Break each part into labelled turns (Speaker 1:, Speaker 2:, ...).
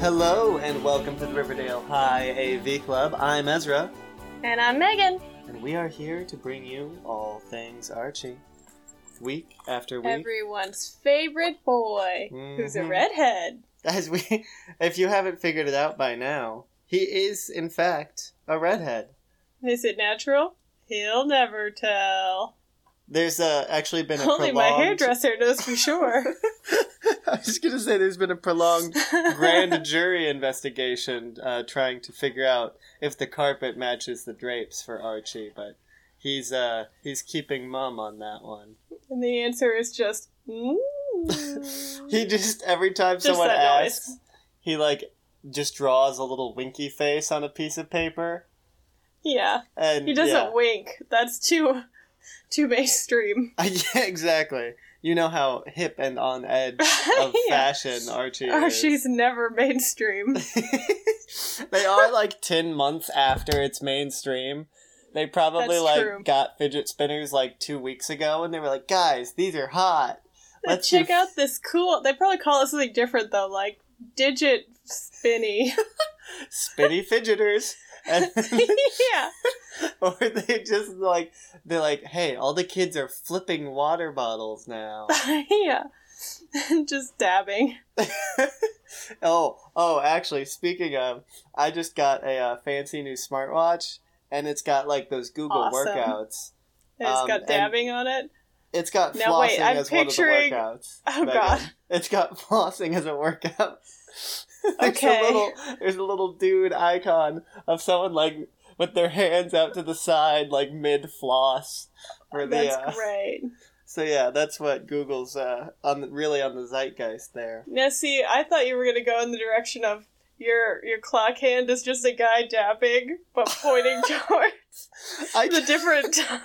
Speaker 1: Hello and welcome to the Riverdale High AV Club. I'm Ezra,
Speaker 2: And I'm Megan.
Speaker 1: and we are here to bring you all things Archie. Week after week.
Speaker 2: Everyone's favorite boy, who's a
Speaker 1: Mhm.
Speaker 2: redhead.
Speaker 1: As we if you haven't figured it out by now, he is in fact a redhead.
Speaker 2: Is it natural? He'll never tell.
Speaker 1: There's uh, actually been a
Speaker 2: Only my
Speaker 1: prolonged...
Speaker 2: hairdresser knows for sure.
Speaker 1: I was just gonna say there's been a prolonged grand jury investigation uh, trying to figure out if the carpet matches the drapes for Archie, but he's uh he's keeping mum on that one.
Speaker 2: and the answer is just. Mm.
Speaker 1: He just every time
Speaker 2: Just
Speaker 1: someone
Speaker 2: that
Speaker 1: asks, he like just draws a little winky face on a piece of paper,
Speaker 2: yeah,
Speaker 1: and
Speaker 2: he doesn't
Speaker 1: yeah.
Speaker 2: wink. That's too, too mainstream.
Speaker 1: yeah, exactly. You know how hip and on edge of
Speaker 2: Yeah.
Speaker 1: fashion Archie is.
Speaker 2: Archie's Oh, never mainstream.
Speaker 1: they are like 10 months after it's mainstream. They probably
Speaker 2: That's
Speaker 1: like
Speaker 2: true.
Speaker 1: got fidget spinners like 2 weeks ago and they were like, "Guys, these are hot." Let's
Speaker 2: check
Speaker 1: do-
Speaker 2: out this cool. They probably call it something different though, like digit spinny.
Speaker 1: Spinny fidgeters. And
Speaker 2: yeah.
Speaker 1: or they just like they're like, "Hey, all the kids are flipping water bottles now."
Speaker 2: yeah. Just dabbing.
Speaker 1: oh, oh, actually, speaking of, I just got a uh, fancy new smartwatch and it's got like those Google
Speaker 2: Awesome.
Speaker 1: workouts.
Speaker 2: It's
Speaker 1: Um,
Speaker 2: got
Speaker 1: and-
Speaker 2: dabbing on it.
Speaker 1: It's got
Speaker 2: Now,
Speaker 1: flossing
Speaker 2: wait, I'm
Speaker 1: as
Speaker 2: picturing-
Speaker 1: one of the workouts.
Speaker 2: Oh,
Speaker 1: Megan.
Speaker 2: God.
Speaker 1: It's got flossing as a workout. there's
Speaker 2: Okay.
Speaker 1: A little, there's a little dude icon of someone like with their hands out to the side, like mid floss. For the
Speaker 2: That's
Speaker 1: uh,
Speaker 2: great.
Speaker 1: so yeah, that's what Google's uh, on the, really on the zeitgeist there.
Speaker 2: Now, see, I thought you were going to go in the direction of your your clock hand is just a guy dabbing, but pointing toward
Speaker 1: I
Speaker 2: the different time.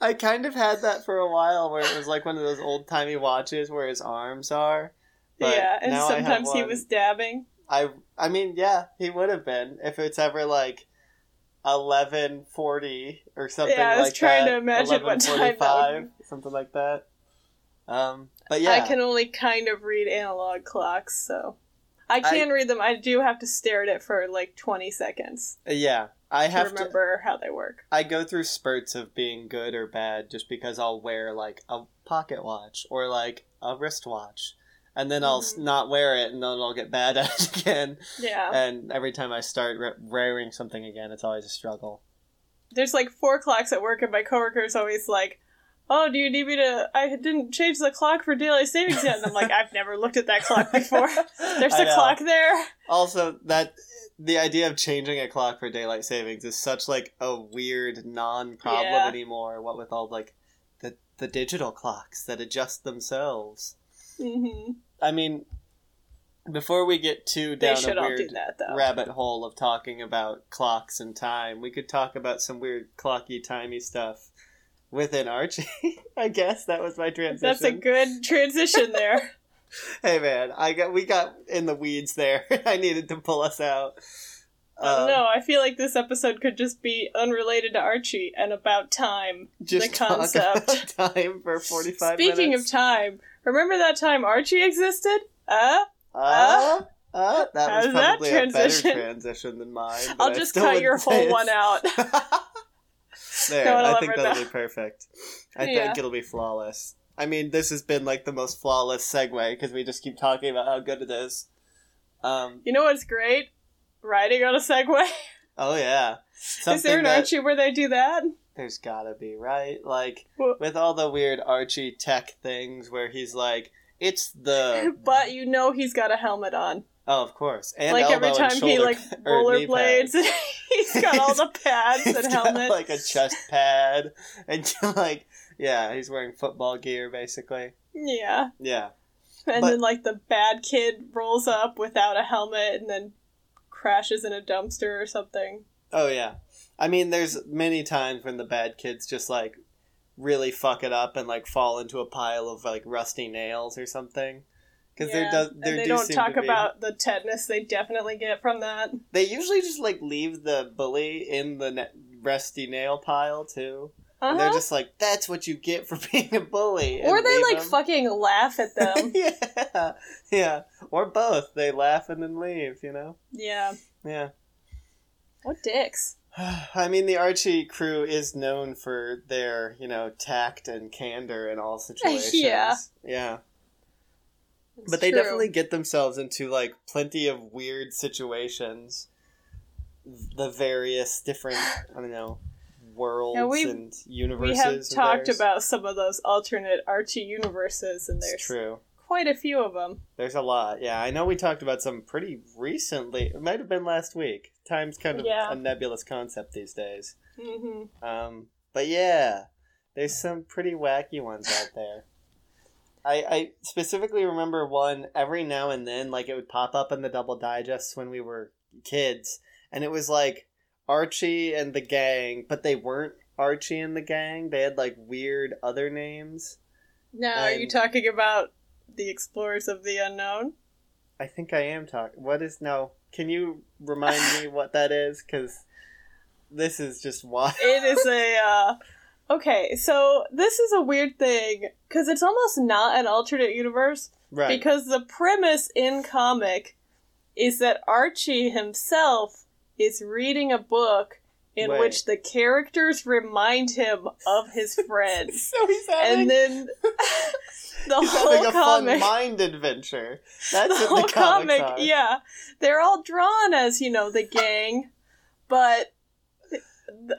Speaker 1: I kind of had that for a while where it was like one of those old timey watches where his arms are. But
Speaker 2: yeah, and
Speaker 1: now I have
Speaker 2: sometimes he
Speaker 1: one-
Speaker 2: was dabbing.
Speaker 1: I I mean, yeah, he would have been if it's ever like eleven forty or something.
Speaker 2: Yeah, I was
Speaker 1: like
Speaker 2: trying
Speaker 1: that,
Speaker 2: to imagine what time that would
Speaker 1: 11:45, something like that. Um, but yeah,
Speaker 2: I can only kind of read analog clocks, so. I
Speaker 1: I-
Speaker 2: can read them. I do have to stare at it for like 20 seconds
Speaker 1: yeah, I
Speaker 2: to
Speaker 1: have to.
Speaker 2: remember how they work.
Speaker 1: I go through spurts of being good or bad just because I'll wear like a pocket watch or like a wristwatch, and then I'll s-
Speaker 2: Mhm.
Speaker 1: not wear it, and then I'll get bad at it again.
Speaker 2: Yeah.
Speaker 1: And every time I start re- wearing something again, it's always a struggle.
Speaker 2: there's like four clocks at work, and my coworker's always like, "Oh, do you need me to? I didn't change the clock for daylight savings yet." And I'm like, "I've never looked at that clock before. There's
Speaker 1: I
Speaker 2: a
Speaker 1: know.
Speaker 2: clock there."
Speaker 1: Also, that the idea of changing a clock for daylight savings is such like a weird non-problem
Speaker 2: Yeah.
Speaker 1: anymore. What with all like the the digital clocks that adjust themselves.
Speaker 2: hmm
Speaker 1: I mean, before we get too
Speaker 2: They
Speaker 1: down
Speaker 2: should
Speaker 1: a
Speaker 2: all do
Speaker 1: weird
Speaker 2: that though.
Speaker 1: rabbit hole of talking about clocks and time, we could talk about some weird clocky timey stuff within Archie. I guess that was my transition.
Speaker 2: That's a good transition there.
Speaker 1: Hey man, I got we got in the weeds there. I needed to pull us out.
Speaker 2: I don't
Speaker 1: Um,
Speaker 2: know. I feel like this episode could just be unrelated to Archie and about time.
Speaker 1: just
Speaker 2: the
Speaker 1: talk about
Speaker 2: concept.
Speaker 1: time for forty five.
Speaker 2: Speaking
Speaker 1: minutes.
Speaker 2: of time, remember that time Archie existed? Uh,
Speaker 1: uh, uh, that
Speaker 2: How
Speaker 1: was
Speaker 2: does that
Speaker 1: probably a better
Speaker 2: transition?
Speaker 1: transition than mine. but
Speaker 2: I'll
Speaker 1: I
Speaker 2: just
Speaker 1: still
Speaker 2: cut your
Speaker 1: wouldn't say
Speaker 2: whole
Speaker 1: it's-
Speaker 2: one out.
Speaker 1: there,
Speaker 2: No one will
Speaker 1: I think
Speaker 2: ever
Speaker 1: that'll
Speaker 2: know.
Speaker 1: be perfect. I
Speaker 2: Yeah.
Speaker 1: think it'll be flawless. I mean, this has been like the most flawless segue because we just keep talking about how good it is. Um,
Speaker 2: You know what's great? Riding on a Segway.
Speaker 1: oh yeah,
Speaker 2: Is there
Speaker 1: something
Speaker 2: an
Speaker 1: that
Speaker 2: Archie where they do that?
Speaker 1: there's gotta be right like
Speaker 2: Well-
Speaker 1: with all the weird archie tech things where he's like it's the
Speaker 2: But you know he's got a helmet on.
Speaker 1: oh of course and
Speaker 2: like
Speaker 1: elbow
Speaker 2: every time
Speaker 1: and shoulder
Speaker 2: he like
Speaker 1: or knee
Speaker 2: rollerblades, he's got all the pads
Speaker 1: He's
Speaker 2: and
Speaker 1: got,
Speaker 2: helmet.
Speaker 1: like a chest pad and like yeah he's wearing football gear basically
Speaker 2: yeah,
Speaker 1: yeah
Speaker 2: and
Speaker 1: But-
Speaker 2: then like the bad kid rolls up without a helmet and then crashes in a dumpster or something.
Speaker 1: oh yeah i mean there's many times when the bad kids just like really fuck it up and like fall into a pile of like rusty nails or something because there
Speaker 2: Yeah,
Speaker 1: does
Speaker 2: and
Speaker 1: there
Speaker 2: they
Speaker 1: do
Speaker 2: don't
Speaker 1: seem
Speaker 2: talk
Speaker 1: to be...
Speaker 2: about the tetanus they definitely get from that.
Speaker 1: They usually just like leave the bully in the ne- rusty nail pile too. And they're
Speaker 2: Uh-huh.
Speaker 1: just like, "That's what you get for being a bully."
Speaker 2: Or
Speaker 1: and
Speaker 2: they
Speaker 1: leave
Speaker 2: like
Speaker 1: them.
Speaker 2: fucking laugh at them.
Speaker 1: yeah, yeah, or both. They laugh and then leave. You know.
Speaker 2: yeah.
Speaker 1: Yeah.
Speaker 2: What dicks?
Speaker 1: I mean, the Archie crew is known for their, you know, tact and candor in all situations.
Speaker 2: Yeah.
Speaker 1: Yeah.
Speaker 2: It's
Speaker 1: But they
Speaker 2: true.
Speaker 1: definitely get themselves into, like, plenty of weird situations. The various different, I don't know, worlds
Speaker 2: Yeah, we've-
Speaker 1: and
Speaker 2: we
Speaker 1: universes.
Speaker 2: have
Speaker 1: of
Speaker 2: talked
Speaker 1: theirs.
Speaker 2: about some of those alternate Archie universes, and
Speaker 1: It's
Speaker 2: there's
Speaker 1: true.
Speaker 2: quite a few of them.
Speaker 1: There's a lot. Yeah, I know we talked about some pretty recently. It might have been last week. Time's kind of
Speaker 2: Yeah.
Speaker 1: a nebulous concept these days.
Speaker 2: hmm
Speaker 1: Um, but yeah, there's some pretty wacky ones out there. I, I specifically remember one every now and then, like it would pop up in the double digests when we were kids, and it was like Archie and the gang, but they weren't Archie and the gang. They had like weird other names.
Speaker 2: Now, are you
Speaker 1: And-
Speaker 2: talking about the explorers of the unknown?
Speaker 1: I think I am talking. What is no? Can you remind me what that is? Because this is just wild.
Speaker 2: It is a. Uh, okay, so this is a weird thing because it's almost not an alternate universe
Speaker 1: Right.
Speaker 2: because the premise in comic is that Archie himself is reading a book in
Speaker 1: Right.
Speaker 2: which the characters remind him of his friends.
Speaker 1: so he's having
Speaker 2: and then the
Speaker 1: He's
Speaker 2: whole
Speaker 1: having a fun
Speaker 2: comic,
Speaker 1: mind adventure.
Speaker 2: the
Speaker 1: That's
Speaker 2: whole
Speaker 1: what the comics
Speaker 2: comic,
Speaker 1: are.
Speaker 2: yeah, they're all drawn as you know the gang, but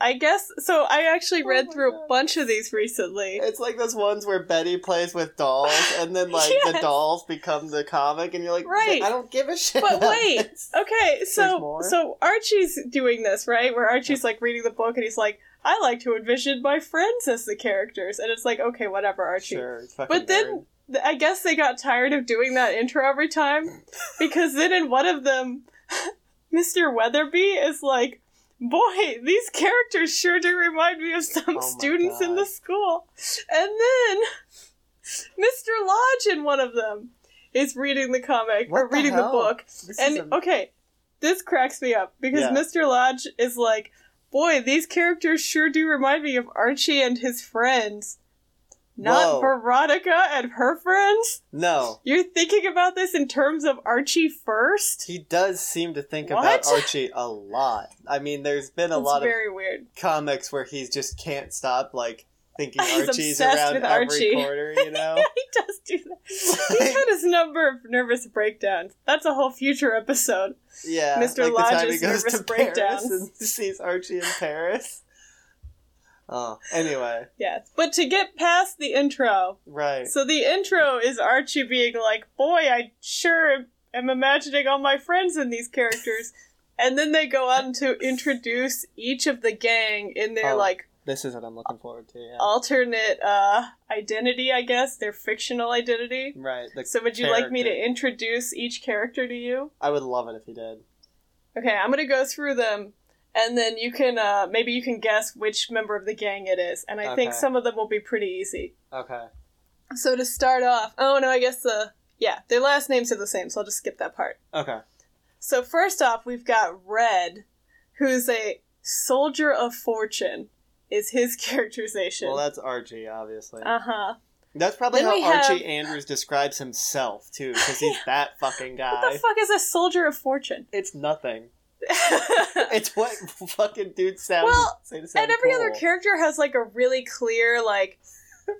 Speaker 2: I guess so. I actually
Speaker 1: Oh
Speaker 2: read
Speaker 1: my
Speaker 2: through a
Speaker 1: God.
Speaker 2: bunch of these recently.
Speaker 1: It's like those ones where Betty plays with dolls, and then like the
Speaker 2: Yes.
Speaker 1: dolls become the comic, and you're like,
Speaker 2: Right.
Speaker 1: I don't give a shit.
Speaker 2: But
Speaker 1: about
Speaker 2: wait,
Speaker 1: this."
Speaker 2: Okay, so
Speaker 1: more?
Speaker 2: so Archie's doing this right, where Archie's like reading the book and he's like, "I like to envision my friends as the characters," and it's like, okay, whatever, Archie.
Speaker 1: sure, fucking
Speaker 2: But then th- I guess they got tired of doing that intro every time because then in one of them, Mr. Weatherby is like, Boy, these characters sure do remind me of some
Speaker 1: Oh my
Speaker 2: students in the
Speaker 1: God.
Speaker 2: school. And then Mr. Lodge in one of them is reading the comic or
Speaker 1: What the
Speaker 2: reading the
Speaker 1: hell?
Speaker 2: book.
Speaker 1: nerd. This is
Speaker 2: And
Speaker 1: a-
Speaker 2: okay, this cracks me up because
Speaker 1: Yeah.
Speaker 2: Mr. Lodge is like, boy, these characters sure do remind me of Archie and his friends. Not
Speaker 1: Whoa.
Speaker 2: Veronica and her friends?
Speaker 1: no,
Speaker 2: You're thinking about this in terms of Archie first?
Speaker 1: he does seem to think
Speaker 2: What?
Speaker 1: about Archie a lot. I mean, there's been a
Speaker 2: That's
Speaker 1: lot
Speaker 2: very weird.
Speaker 1: of comics where he just can't stop like thinking
Speaker 2: He's
Speaker 1: Archie's
Speaker 2: obsessed
Speaker 1: around
Speaker 2: with
Speaker 1: every
Speaker 2: Archie.
Speaker 1: corner. You know,
Speaker 2: He does do that. He's had his number of nervous breakdowns. That's a whole future episode.
Speaker 1: yeah.
Speaker 2: Mr.
Speaker 1: Like the time he goes
Speaker 2: Lodge's nervous
Speaker 1: to Paris
Speaker 2: breakdowns.
Speaker 1: and sees Archie in Paris. Oh, anyway,
Speaker 2: Yes. But to get past the intro,
Speaker 1: right.
Speaker 2: So the intro is Archie being like, "Boy, I sure am imagining all my friends in these characters," and then they go on to introduce each of the gang in their
Speaker 1: Oh.
Speaker 2: like
Speaker 1: This is what I'm looking forward to. Yeah.
Speaker 2: alternate uh, identity, I guess, their fictional identity.
Speaker 1: right. The,
Speaker 2: So would you like me to
Speaker 1: Character.
Speaker 2: introduce each character to you?
Speaker 1: I would love it if you did.
Speaker 2: Okay, I'm gonna go through them. And then you can uh, maybe you can guess which member of the gang it is, and I think
Speaker 1: Okay.
Speaker 2: some of them will be pretty easy.
Speaker 1: Okay.
Speaker 2: So to start off, oh no, I guess the yeah their last names are the same, so I'll just skip that part.
Speaker 1: Okay.
Speaker 2: So first off, we've got Red, who's a soldier of fortune, is his characterization.
Speaker 1: Well, that's Archie, obviously.
Speaker 2: uh huh.
Speaker 1: that's probably
Speaker 2: then
Speaker 1: how
Speaker 2: we have-
Speaker 1: Archie Andrews describes himself too, because he's that fucking
Speaker 2: What
Speaker 1: guy.
Speaker 2: the fuck is a soldier of fortune?
Speaker 1: it's nothing.
Speaker 2: and
Speaker 1: It's what fucking dude sounds.
Speaker 2: Well,
Speaker 1: say to sound
Speaker 2: every
Speaker 1: cool.
Speaker 2: other character has like a really clear like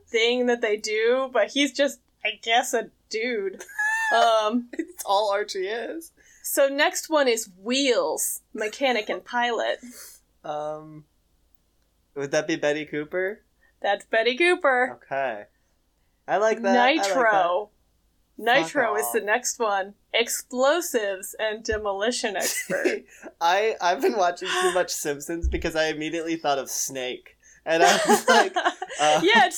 Speaker 2: thing that they do, but he's just, I guess, a dude. Um.
Speaker 1: It's all Archie is.
Speaker 2: So next one is Wheels, mechanic and pilot.
Speaker 1: Um, would that be Betty Cooper?
Speaker 2: That's Betty Cooper.
Speaker 1: Okay. I like that. I like that.
Speaker 2: Nitro. Nitro
Speaker 1: Fuck
Speaker 2: is the
Speaker 1: off.
Speaker 2: next one. Explosives and demolition expert.
Speaker 1: I I've been watching too much Simpsons because I immediately thought of Snake, and I was like, uh,
Speaker 2: yeah, it's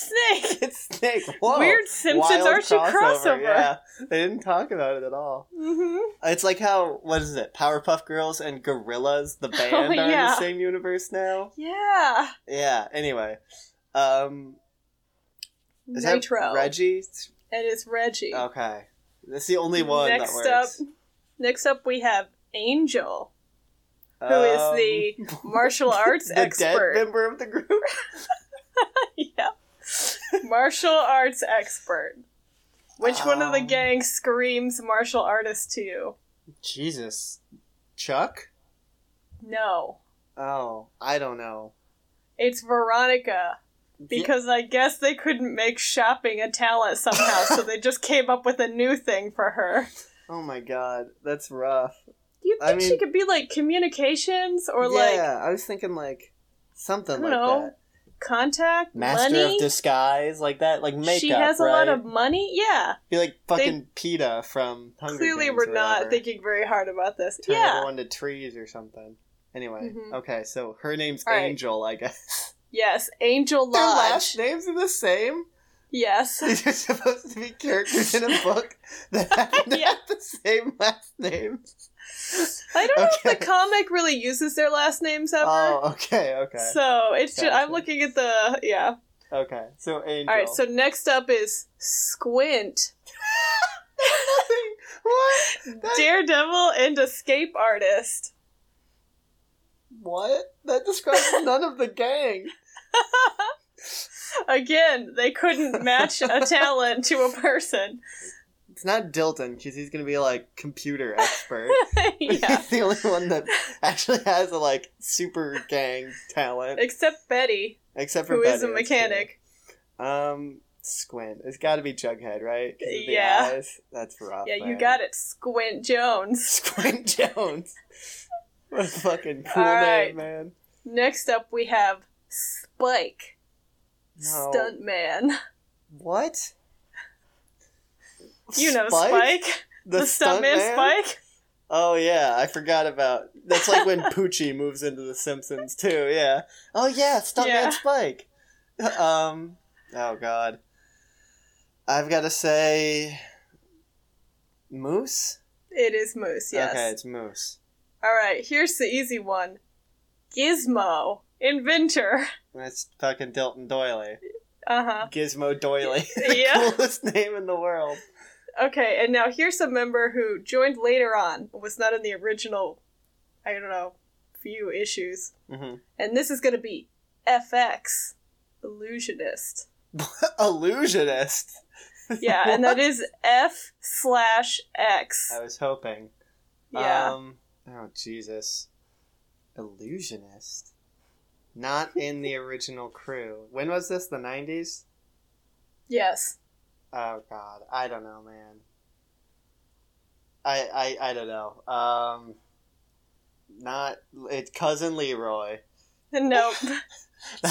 Speaker 2: Snake.
Speaker 1: it's Snake. Whoa.
Speaker 2: Weird Simpsons
Speaker 1: Wild
Speaker 2: Archie crossover.
Speaker 1: Yeah, they didn't talk about it at all.
Speaker 2: hmm
Speaker 1: It's like how what is it? Powerpuff Girls and Gorillas, the band, are in
Speaker 2: Oh, yeah.
Speaker 1: the same universe now.
Speaker 2: Yeah.
Speaker 1: Yeah. Anyway, um, is
Speaker 2: Nitro.
Speaker 1: that Reggie?
Speaker 2: it is Reggie.
Speaker 1: Okay, that's the only one
Speaker 2: Next
Speaker 1: that works.
Speaker 2: up, next up we have Angel, who is the martial arts
Speaker 1: Um, the
Speaker 2: expert.
Speaker 1: dead member of the group?
Speaker 2: yeah. martial arts expert. Which one of the
Speaker 1: Um.
Speaker 2: gang screams martial artist to you?
Speaker 1: Jesus, Chuck.
Speaker 2: No.
Speaker 1: Oh, I don't know.
Speaker 2: It's Veronica. Because I guess they couldn't make shopping a talent somehow, so they just came up with a new thing for her.
Speaker 1: Yeah. Oh my god, that's rough.
Speaker 2: You
Speaker 1: I
Speaker 2: think she
Speaker 1: mean-
Speaker 2: could be like communications or like
Speaker 1: yeah, I was thinking like something
Speaker 2: I don't
Speaker 1: like
Speaker 2: know,
Speaker 1: that.
Speaker 2: contact
Speaker 1: Master
Speaker 2: money?
Speaker 1: of disguise, like that, like makeup.
Speaker 2: she has a lot
Speaker 1: right?
Speaker 2: of money. Yeah,
Speaker 1: Be like fucking PETA from Hunger
Speaker 2: clearly
Speaker 1: Games
Speaker 2: we're
Speaker 1: or
Speaker 2: not
Speaker 1: whatever.
Speaker 2: thinking very hard about this.
Speaker 1: Turn
Speaker 2: yeah,
Speaker 1: everyone to trees or something. Anyway,
Speaker 2: Mhm.
Speaker 1: okay, so her name's
Speaker 2: All right.
Speaker 1: Angel, I guess.
Speaker 2: yes, Angel
Speaker 1: Their
Speaker 2: Lodge.
Speaker 1: last names are the same.
Speaker 2: Yes,
Speaker 1: These are supposed to be characters in a book that happen to
Speaker 2: Yeah.
Speaker 1: have the same last names.
Speaker 2: I don't know if
Speaker 1: Okay.
Speaker 2: the comic really uses their last names ever.
Speaker 1: Oh, okay, okay,
Speaker 2: So it's just I'm
Speaker 1: Gotcha.
Speaker 2: looking at the yeah.
Speaker 1: okay. So Angel.
Speaker 2: All right, so next up is Squint,
Speaker 1: what? That-
Speaker 2: Daredevil, and Escape Artist.
Speaker 1: What? That describes none of the gang.
Speaker 2: Again, they couldn't match a talent to a person.
Speaker 1: It's not Dilton because he's gonna be like computer expert.
Speaker 2: yeah,
Speaker 1: He's the only one that actually has a like super gang talent,
Speaker 2: except Betty,
Speaker 1: except for
Speaker 2: who is a
Speaker 1: Betty, that's true.
Speaker 2: mechanic.
Speaker 1: Um, Squint. It's got to be Jughead, right? 'Cause of the
Speaker 2: Yeah.
Speaker 1: eyes. That's rough.
Speaker 2: Yeah, you got it, Squint Jones.
Speaker 1: Squint Jones. What a fucking cool
Speaker 2: All
Speaker 1: name,
Speaker 2: right.
Speaker 1: man.
Speaker 2: Next up, we have Spike,
Speaker 1: No.
Speaker 2: Stuntman.
Speaker 1: What?
Speaker 2: You know Spike, the, Stuntman
Speaker 1: man?
Speaker 2: Spike.
Speaker 1: Oh yeah, I forgot about. That's like when Poochie moves into the Simpsons too. Yeah. Oh yeah, Stuntman
Speaker 2: Yeah.
Speaker 1: Spike. Um. Oh god. I've got to say, Moose.
Speaker 2: It is Moose. Yes.
Speaker 1: Okay, it's Moose.
Speaker 2: All right. Here's the easy one. Gizmo, inventor.
Speaker 1: That's fucking Dilton Doily.
Speaker 2: Uh huh.
Speaker 1: Gizmo Doily. the
Speaker 2: Yeah.
Speaker 1: coolest name in the world.
Speaker 2: Okay, and now here's a member who joined later on, was not in the original. I don't know, few issues,
Speaker 1: hmm
Speaker 2: and this is going to be FX, illusionist.
Speaker 1: Illusionist.
Speaker 2: Yeah, and that is F slash X.
Speaker 1: I was hoping.
Speaker 2: Yeah.
Speaker 1: Um, oh Jesus, illusionist. Not in the original crew. When was this? The nineties?
Speaker 2: Yes.
Speaker 1: Oh God, I don't know, man. I I I don't know. Um, not it's cousin Leroy.
Speaker 2: Nope.
Speaker 1: That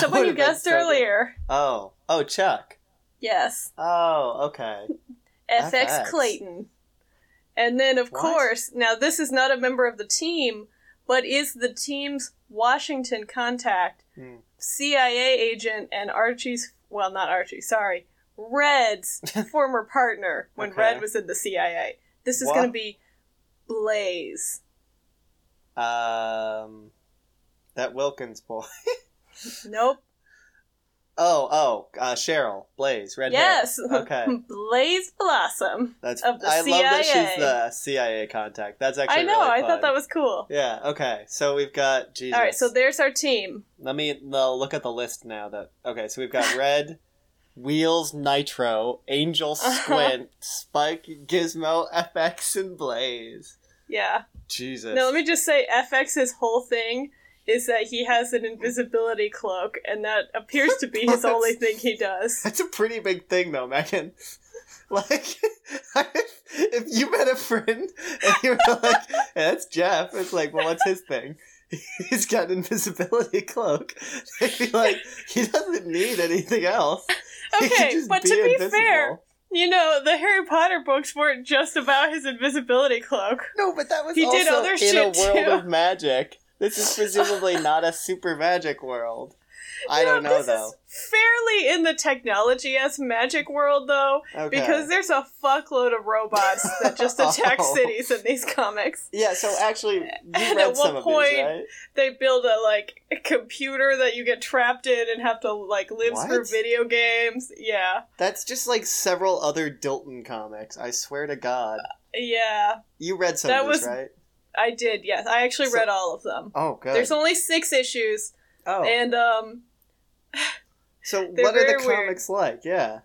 Speaker 2: Someone you
Speaker 1: would've been
Speaker 2: guessed
Speaker 1: so good.
Speaker 2: earlier.
Speaker 1: Oh oh Chuck.
Speaker 2: Yes.
Speaker 1: Oh okay.
Speaker 2: FX,
Speaker 1: FX.
Speaker 2: Clayton. And then, of
Speaker 1: What?
Speaker 2: course, now this is not a member of the team, but is the team's Washington contact,
Speaker 1: Hmm.
Speaker 2: CIA agent, and Archie's, well, not Archie, sorry, Red's former partner when
Speaker 1: Okay.
Speaker 2: Red was in the CIA. This is
Speaker 1: Wha-
Speaker 2: going to be Blaze.
Speaker 1: Um, that Wilkins boy.
Speaker 2: Nope.
Speaker 1: Oh oh uh, Cheryl Blaze red hair.
Speaker 2: yes.
Speaker 1: Okay.
Speaker 2: Blaze Blossom.
Speaker 1: That's
Speaker 2: of the
Speaker 1: I love that
Speaker 2: CIA.
Speaker 1: she's the CIA contact. That's actually
Speaker 2: I know.
Speaker 1: really
Speaker 2: I thought
Speaker 1: fun.
Speaker 2: that was cool.
Speaker 1: Yeah. Okay. So we've got Jesus.
Speaker 2: All right, so there's our team.
Speaker 1: let me no, look at the list now. That okay. So we've got Red, Wheels, Nitro, Angel,
Speaker 2: Uh-huh.
Speaker 1: Squint, Spike, Gizmo, FX, and Blaze.
Speaker 2: Yeah.
Speaker 1: Jesus.
Speaker 2: Now let me just say, FX's whole thing is that he has an invisibility cloak, and that appears to be his only thing he does.
Speaker 1: That's a pretty big thing, though, Megan. Like, if you met a friend and you were like, hey, "That's Jeff," it's like, "Well, what's his thing?" He's got an invisibility cloak. They'd be like, "He doesn't need anything else." He can
Speaker 2: Okay,
Speaker 1: just
Speaker 2: but to be fair,
Speaker 1: invisible."
Speaker 2: you know the Harry Potter books weren't just about his invisibility cloak.
Speaker 1: no, but that was
Speaker 2: he
Speaker 1: also
Speaker 2: did other
Speaker 1: in a
Speaker 2: shit,
Speaker 1: world
Speaker 2: too.
Speaker 1: of magic. This is presumably not a super magic world. I don't know
Speaker 2: this
Speaker 1: though.
Speaker 2: Is fairly in the technology as magic world, though,
Speaker 1: Okay.
Speaker 2: because there's a fuckload of robots that just attack
Speaker 1: Oh.
Speaker 2: cities in these comics.
Speaker 1: yeah, so actually, you
Speaker 2: at
Speaker 1: read some
Speaker 2: one
Speaker 1: of
Speaker 2: point,
Speaker 1: these, right?
Speaker 2: they build a like a computer that you get trapped in and have to like live
Speaker 1: What?
Speaker 2: through video games. Yeah.
Speaker 1: That's just like several other Dilton comics. I swear to God,
Speaker 2: Yeah.
Speaker 1: you read some
Speaker 2: That
Speaker 1: of these,
Speaker 2: was-
Speaker 1: right?
Speaker 2: I did, yes. I actually
Speaker 1: So-
Speaker 2: read all of them.
Speaker 1: Oh, good.
Speaker 2: There's only six issues,
Speaker 1: oh,
Speaker 2: and um,
Speaker 1: so
Speaker 2: they're
Speaker 1: what are the
Speaker 2: very weird.
Speaker 1: comics like? Yeah.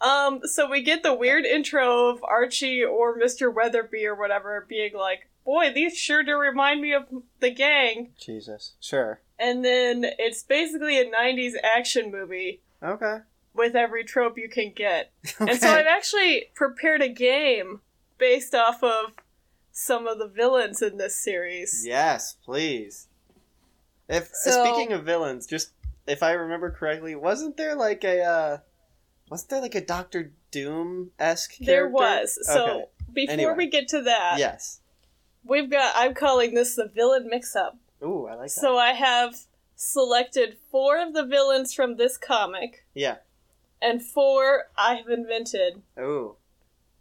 Speaker 2: um, so we get the weird intro of Archie or Mr. Weatherby or whatever being like, "Boy, these sure do remind me of the gang."
Speaker 1: Jesus. Sure.
Speaker 2: And then it's basically a '90s action movie
Speaker 1: Okay.
Speaker 2: with every trope you can get. And
Speaker 1: Okay.
Speaker 2: so I've actually prepared a game based off of some of the villains in this series.
Speaker 1: Yes, please. If
Speaker 2: So-
Speaker 1: speaking of villains, just if I remember correctly, wasn't there like a uh wasn't there like a Doctor Doom esque character?
Speaker 2: There was. Uh, So
Speaker 1: Okay.
Speaker 2: before
Speaker 1: Anyway.
Speaker 2: we get to that,
Speaker 1: yes.
Speaker 2: we've got I'm calling this the villain mix up.
Speaker 1: Ooh, I like that.
Speaker 2: So I have selected four of the villains from this comic
Speaker 1: yeah.
Speaker 2: and four I have invented.
Speaker 1: Ooh.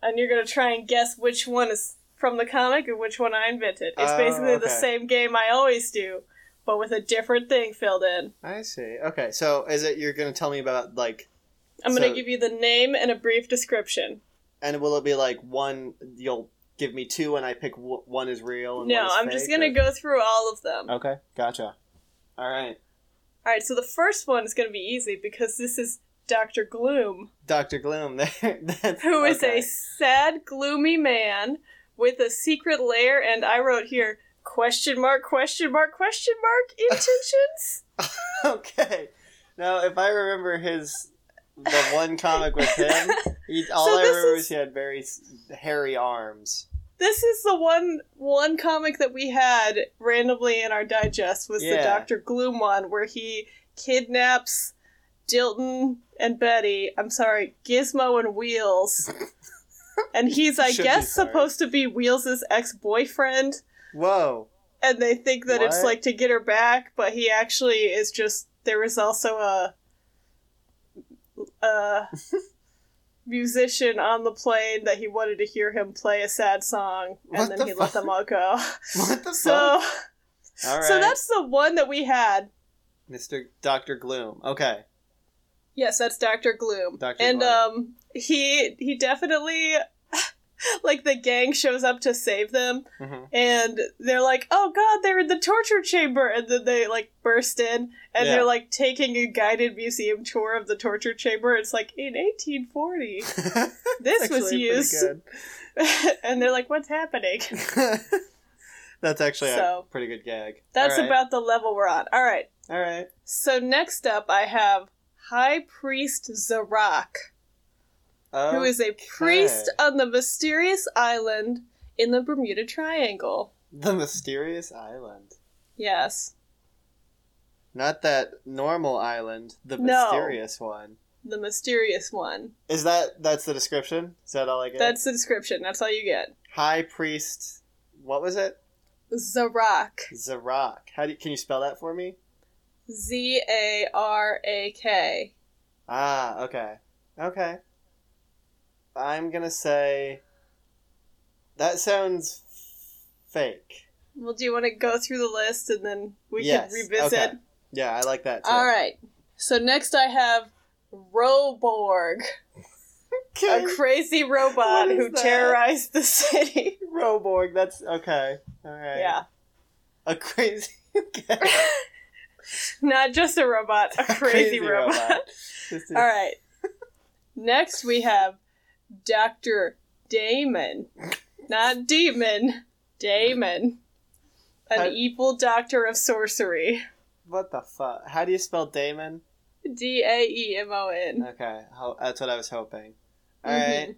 Speaker 2: And you're gonna try and guess which one is from the comic and which one I invented. It's
Speaker 1: Oh,
Speaker 2: basically the
Speaker 1: okay.
Speaker 2: same game I always do, but with a different thing filled in.
Speaker 1: I see. Okay, so is it you're gonna tell me about like
Speaker 2: I'm gonna
Speaker 1: So-
Speaker 2: give you the name and a brief description.
Speaker 1: and will it be like one you'll give me two and I pick w- one is Uh, real and
Speaker 2: No, I'm just gonna go through all of them.
Speaker 1: Okay, gotcha. All right.
Speaker 2: All right, so the first one is going to be easy because this is Dr. Gloom,
Speaker 1: Doctor Gloom there. That's,
Speaker 2: who is
Speaker 1: okay.
Speaker 2: a sad, gloomy man with a secret lair and I wrote here question mark question mark question mark intentions.
Speaker 1: Okay. Now, if I remember his the one comic with him, he, all
Speaker 2: So
Speaker 1: I
Speaker 2: this
Speaker 1: remember
Speaker 2: is-
Speaker 1: is he had very s- hairy arms.
Speaker 2: this is the one one comic that we had randomly in our digest was the
Speaker 1: Yeah.
Speaker 2: Dr. Gloom one where he kidnaps Dilton and Betty, I'm sorry, Gizmo and Wheels. And he's, I
Speaker 1: Should be
Speaker 2: guess,
Speaker 1: sorry.
Speaker 2: supposed to be Wheels' ex boyfriend.
Speaker 1: Whoa.
Speaker 2: and they think that it's
Speaker 1: What?
Speaker 2: like to get her back, but he actually is just there was also a a musician on the plane that he wanted to hear him play a sad song, and
Speaker 1: What
Speaker 2: then
Speaker 1: the
Speaker 2: he let them all go.
Speaker 1: What the
Speaker 2: So,
Speaker 1: fuck? All right.
Speaker 2: so that's the one that we had.
Speaker 1: Mr. Doctor Gloom. Okay.
Speaker 2: Yes, that's Doctor Gloom,
Speaker 1: Dr.
Speaker 2: and
Speaker 1: Gloom.
Speaker 2: um, he he definitely. Like the gang shows up to save them,
Speaker 1: hmm
Speaker 2: and they're like, "Oh God, they're in the torture chamber!" And then they like burst in, and
Speaker 1: Yeah.
Speaker 2: they're like taking a guided museum tour of the torture chamber. It's like in 1840, this was used, and they're like, "What's happening?"
Speaker 1: that's actually a
Speaker 2: So,
Speaker 1: pretty good gag.
Speaker 2: That's
Speaker 1: All right.
Speaker 2: about the level we're on. All right.
Speaker 1: All right.
Speaker 2: So next up, I have High Priest Zarak,
Speaker 1: Oh,
Speaker 2: who is a priest on the mysterious island in the Bermuda Triangle.
Speaker 1: the mysterious island?
Speaker 2: Yes,
Speaker 1: Not that normal island. The
Speaker 2: No.
Speaker 1: mysterious one.
Speaker 2: the mysterious one.
Speaker 1: Is that that's the description? Is that all I get?
Speaker 2: That's the description. That's all you get.
Speaker 1: High Priest. What was it?
Speaker 2: Zarak.
Speaker 1: Zarak. How do you, can you spell that for me?
Speaker 2: Z A R A K.
Speaker 1: Ah, okay, okay. I'm gonna say that sounds fake.
Speaker 2: Well, do you want to go through the list and then we
Speaker 1: Yes,
Speaker 2: can revisit?
Speaker 1: okay. Yeah, I like that. Too.
Speaker 2: All right. So next I have Roborg,
Speaker 1: okay.
Speaker 2: a crazy
Speaker 1: What
Speaker 2: robot
Speaker 1: is
Speaker 2: who
Speaker 1: that?
Speaker 2: terrorized the city.
Speaker 1: Roborg. That's okay. All right.
Speaker 2: Yeah,
Speaker 1: A crazy. okay.
Speaker 2: not just a robot, a crazy, robot.
Speaker 1: This is-
Speaker 2: All right. Next we have Doctor Damon, not demon, Damon, an
Speaker 1: I-
Speaker 2: evil doctor of sorcery.
Speaker 1: What the fuck? How do you spell Damon?
Speaker 2: D A E M O N.
Speaker 1: Okay, ho- that's what I was hoping. All
Speaker 2: Mhm.
Speaker 1: right.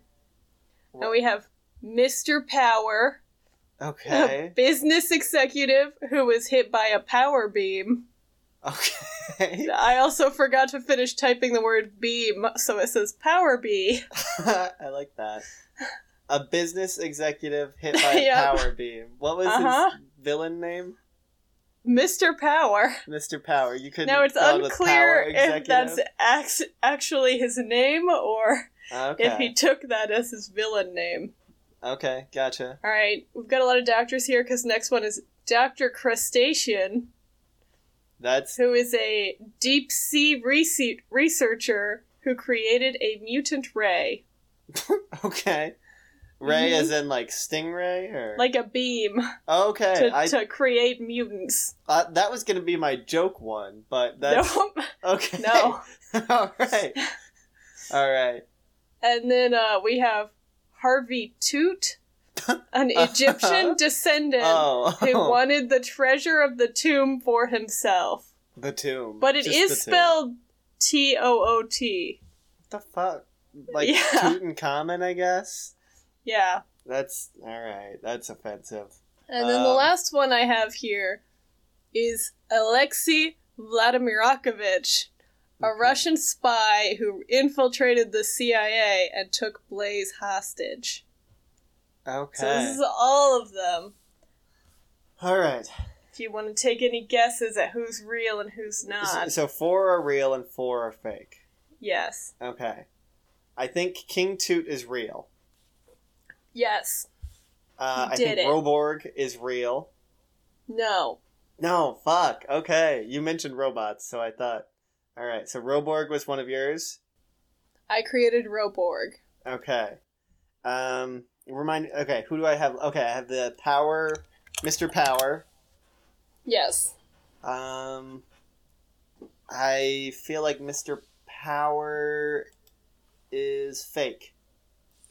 Speaker 2: Mm-hmm. And we have Mr. Power, a
Speaker 1: Okay.
Speaker 2: business executive who was hit by a power beam.
Speaker 1: Okay.
Speaker 2: I also forgot to finish typing the word beam, so it says power bee.
Speaker 1: I like that. A business executive hit by a
Speaker 2: Yeah.
Speaker 1: power beam. What was
Speaker 2: Uh-huh.
Speaker 1: his villain name?
Speaker 2: Mr. Power.
Speaker 1: Mr. Power. You couldn't.
Speaker 2: Now it's
Speaker 1: spell it with power
Speaker 2: unclear if that's
Speaker 1: executive?
Speaker 2: ax- actually his name or
Speaker 1: okay.
Speaker 2: if he took that as his villain name.
Speaker 1: Okay, gotcha.
Speaker 2: All right, we've got a lot of doctors here because next one is Dr. Crustacean.
Speaker 1: That's
Speaker 2: who is a deep sea rese- researcher who created a mutant ray.
Speaker 1: okay. Ray
Speaker 2: Mhm.
Speaker 1: as in like stingray or
Speaker 2: like a beam
Speaker 1: okay.
Speaker 2: to,
Speaker 1: I
Speaker 2: to create mutants.
Speaker 1: uh, that was gonna be my joke one, but that's
Speaker 2: Nope.
Speaker 1: okay.
Speaker 2: No.
Speaker 1: all right, all right.
Speaker 2: And then uh, we have Harvey Toot, an Egyptian descendant
Speaker 1: Uh-huh. Oh,
Speaker 2: who wanted the treasure of the tomb for himself.
Speaker 1: the tomb,
Speaker 2: But it
Speaker 1: Just the
Speaker 2: is
Speaker 1: tomb.
Speaker 2: spelled T O O T.
Speaker 1: What the fuck, like
Speaker 2: Yeah.
Speaker 1: Tutankhamun, I guess.
Speaker 2: Yeah.
Speaker 1: That's all right. That's offensive.
Speaker 2: And then the
Speaker 1: Um.
Speaker 2: last one I have here is Alexei Vladimirokovich, a
Speaker 1: Okay.
Speaker 2: Russian spy who infiltrated the CIA and took Blaze hostage. So
Speaker 1: Okay,
Speaker 2: this is all of them.
Speaker 1: all right.
Speaker 2: If you want to take any guesses at who's real and who's
Speaker 1: So,
Speaker 2: not,
Speaker 1: so four are real and four are fake.
Speaker 2: yes,
Speaker 1: Okay, I think King Toot is real.
Speaker 2: yes,
Speaker 1: Uh,
Speaker 2: You
Speaker 1: I
Speaker 2: did
Speaker 1: think
Speaker 2: it.
Speaker 1: Roborg is real.
Speaker 2: no,
Speaker 1: No, fuck. Okay, you mentioned robots, so I thought. All right, so Roborg was one of yours.
Speaker 2: I created Roborg.
Speaker 1: Okay. Um, remind. Okay, who do I have? Okay, I have the power, Mister Power.
Speaker 2: Yes,
Speaker 1: Um, I feel like Mister Power is fake.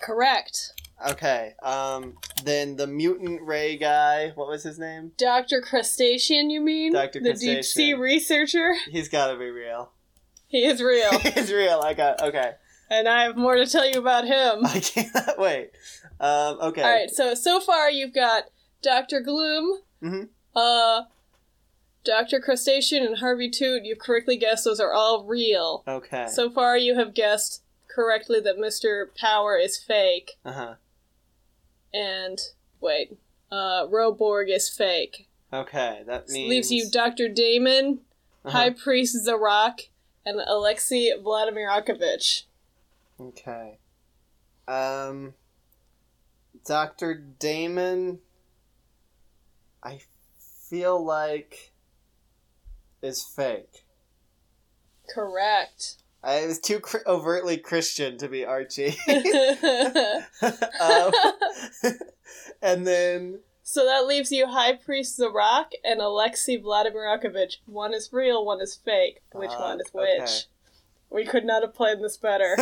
Speaker 2: correct.
Speaker 1: Okay. Um, then the mutant Ray guy. What was his name?
Speaker 2: Doctor Crustacean, you mean?
Speaker 1: Dr.
Speaker 2: the deep sea
Speaker 1: Crustacean.
Speaker 2: researcher.
Speaker 1: He's got to be real.
Speaker 2: He is real,
Speaker 1: He's real. I got. Okay.
Speaker 2: and I have more to tell you about him.
Speaker 1: I cannot wait. Um, okay.
Speaker 2: All right, so so far you've got Doctor Gloom,
Speaker 1: Mhm.
Speaker 2: uh, Doctor Crustacean, and Harvey Toot. You've correctly guessed; those are all real.
Speaker 1: Okay.
Speaker 2: So far, you have guessed correctly that Mr. Power is fake,
Speaker 1: Uh huh.
Speaker 2: and wait, uh, Roborg is fake.
Speaker 1: Okay, that
Speaker 2: So
Speaker 1: means
Speaker 2: Leaves you Dr. Damon,
Speaker 1: Uh-huh.
Speaker 2: High Priest Zarok, and Alexei Vladimirokovich.
Speaker 1: Okay. Um, Doctor Damon, I feel like is fake.
Speaker 2: Correct.
Speaker 1: I was too cr- overtly Christian to be Archie. um,
Speaker 2: so
Speaker 1: and then
Speaker 2: that leaves you High Priest Zarok and Alexei Vladimirokovich. One is real, one is fake. Which
Speaker 1: Ah,
Speaker 2: one is which?
Speaker 1: okay.
Speaker 2: We could not have planned this better.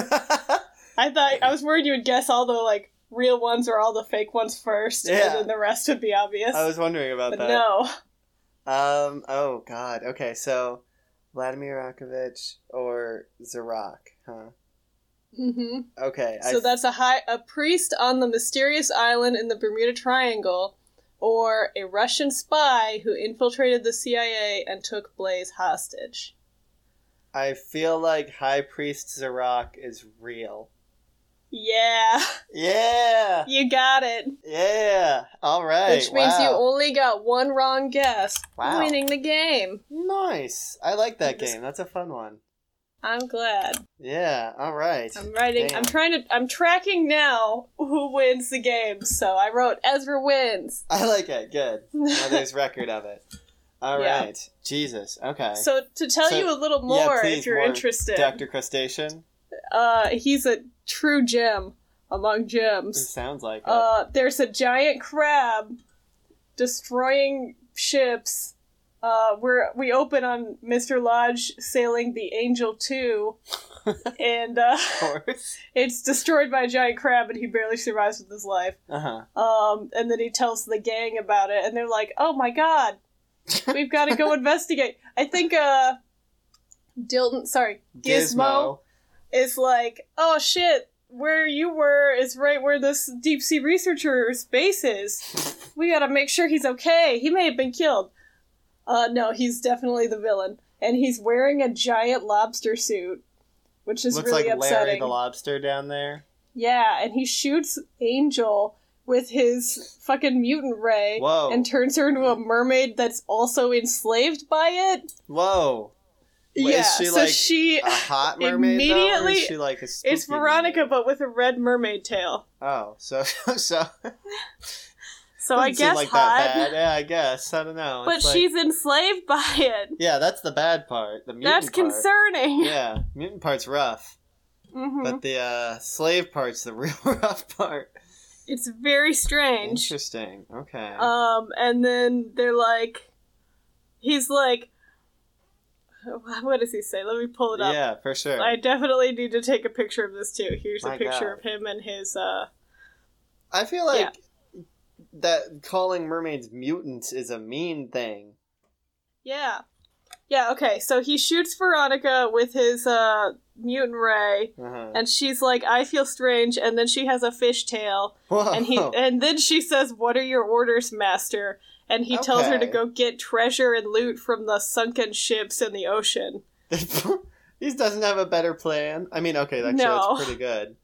Speaker 2: I thought I was worried you would guess all the like real ones or all the fake ones first,
Speaker 1: Yeah.
Speaker 2: and then the rest would be obvious.
Speaker 1: I was wondering about
Speaker 2: but
Speaker 1: that.
Speaker 2: no,
Speaker 1: Um. Oh God. Okay. So, Vladimir Rakovich or Zarok, huh?
Speaker 2: hmm
Speaker 1: Okay. I
Speaker 2: so that's a high a priest on the mysterious island in the Bermuda Triangle, or a Russian spy who infiltrated the CIA and took Blaze hostage.
Speaker 1: I feel like High Priest Zarok is real.
Speaker 2: Yeah,
Speaker 1: Yeah.
Speaker 2: you got it.
Speaker 1: Yeah. All right.
Speaker 2: Which means you
Speaker 1: wow.
Speaker 2: only got one wrong guess,
Speaker 1: Wow.
Speaker 2: winning the game.
Speaker 1: Nice. I like that
Speaker 2: This-
Speaker 1: game. That's a fun one.
Speaker 2: I'm glad.
Speaker 1: Yeah. All right.
Speaker 2: I'm writing.
Speaker 1: Damn.
Speaker 2: I'm trying to. I'm tracking now who wins the game. So I wrote Ezra wins.
Speaker 1: I like it. Good. Now there's record of it. All right.
Speaker 2: Yeah.
Speaker 1: Jesus. Okay.
Speaker 2: so to tell
Speaker 1: So-
Speaker 2: you a little
Speaker 1: yeah,
Speaker 2: more,
Speaker 1: please,
Speaker 2: if you're
Speaker 1: more,
Speaker 2: interested,
Speaker 1: Dr. Crustacean.
Speaker 2: uh, he's a true gem among
Speaker 1: It
Speaker 2: gems.
Speaker 1: sounds like it.
Speaker 2: Uh, there's a giant crab destroying ships. Uh, we're we open on Mr. Lodge sailing the Angel Two, and uh,
Speaker 1: Of course.
Speaker 2: it's destroyed by a giant crab, and he barely survives with his life.
Speaker 1: Uh huh.
Speaker 2: Um, and then he tells the gang about it, and they're like, "Oh my god, we've got to go investigate." I think uh, Dilton, sorry, Gizmo, is like, "Oh shit, where you were is right where this deep sea researcher's base is. We gotta make sure he's okay. He may have been killed. Uh, no, he's definitely the villain, and he's wearing a giant lobster suit, which is
Speaker 1: Looks
Speaker 2: really
Speaker 1: like
Speaker 2: upsetting.
Speaker 1: Larry the Lobster down there.
Speaker 2: Yeah, and he shoots Angel with his fucking mutant ray
Speaker 1: Whoa.
Speaker 2: and turns her into a mermaid that's also enslaved by it.
Speaker 1: Whoa. Wait,
Speaker 2: yeah,
Speaker 1: is she
Speaker 2: so
Speaker 1: like
Speaker 2: she
Speaker 1: a hot mermaid though, or is
Speaker 2: Immediately-
Speaker 1: she like a
Speaker 2: it's
Speaker 1: spooky
Speaker 2: Veronica
Speaker 1: mermaid?
Speaker 2: but with a red mermaid tail.
Speaker 1: Oh, so so
Speaker 2: So I
Speaker 1: doesn't seem
Speaker 2: guess
Speaker 1: like that
Speaker 2: hot,
Speaker 1: bad. Yeah, I guess I don't know.
Speaker 2: but
Speaker 1: It's like-
Speaker 2: she's enslaved by it.
Speaker 1: yeah, that's the bad part. The mutant
Speaker 2: that's
Speaker 1: part.
Speaker 2: concerning.
Speaker 1: Yeah, mutant part's rough,
Speaker 2: hmm
Speaker 1: but the uh, slave part's the real rough part.
Speaker 2: It's very strange.
Speaker 1: Interesting. Okay.
Speaker 2: Um, and then they're like, he's like, what does he say? Let me pull it up.
Speaker 1: yeah, for sure.
Speaker 2: I
Speaker 1: I,
Speaker 2: definitely need to take a picture of this too. Here's
Speaker 1: My
Speaker 2: a picture
Speaker 1: God.
Speaker 2: of him and his. uh
Speaker 1: feel like that calling mermaids mutants is a mean thing.
Speaker 2: Yeah, yeah. Okay, so he shoots Veronica with his uh mutant ray,
Speaker 1: Uh-huh.
Speaker 2: and she's like, "I feel strange," and then she has a fish tail,
Speaker 1: Whoa.
Speaker 2: and he, and then she says, "What are your orders, master?" And he tells her to
Speaker 1: Okay.
Speaker 2: go get treasure and loot from the sunken ships in the ocean.
Speaker 1: he doesn't have a better plan. I mean, okay, actually,
Speaker 2: No.
Speaker 1: that's pretty good.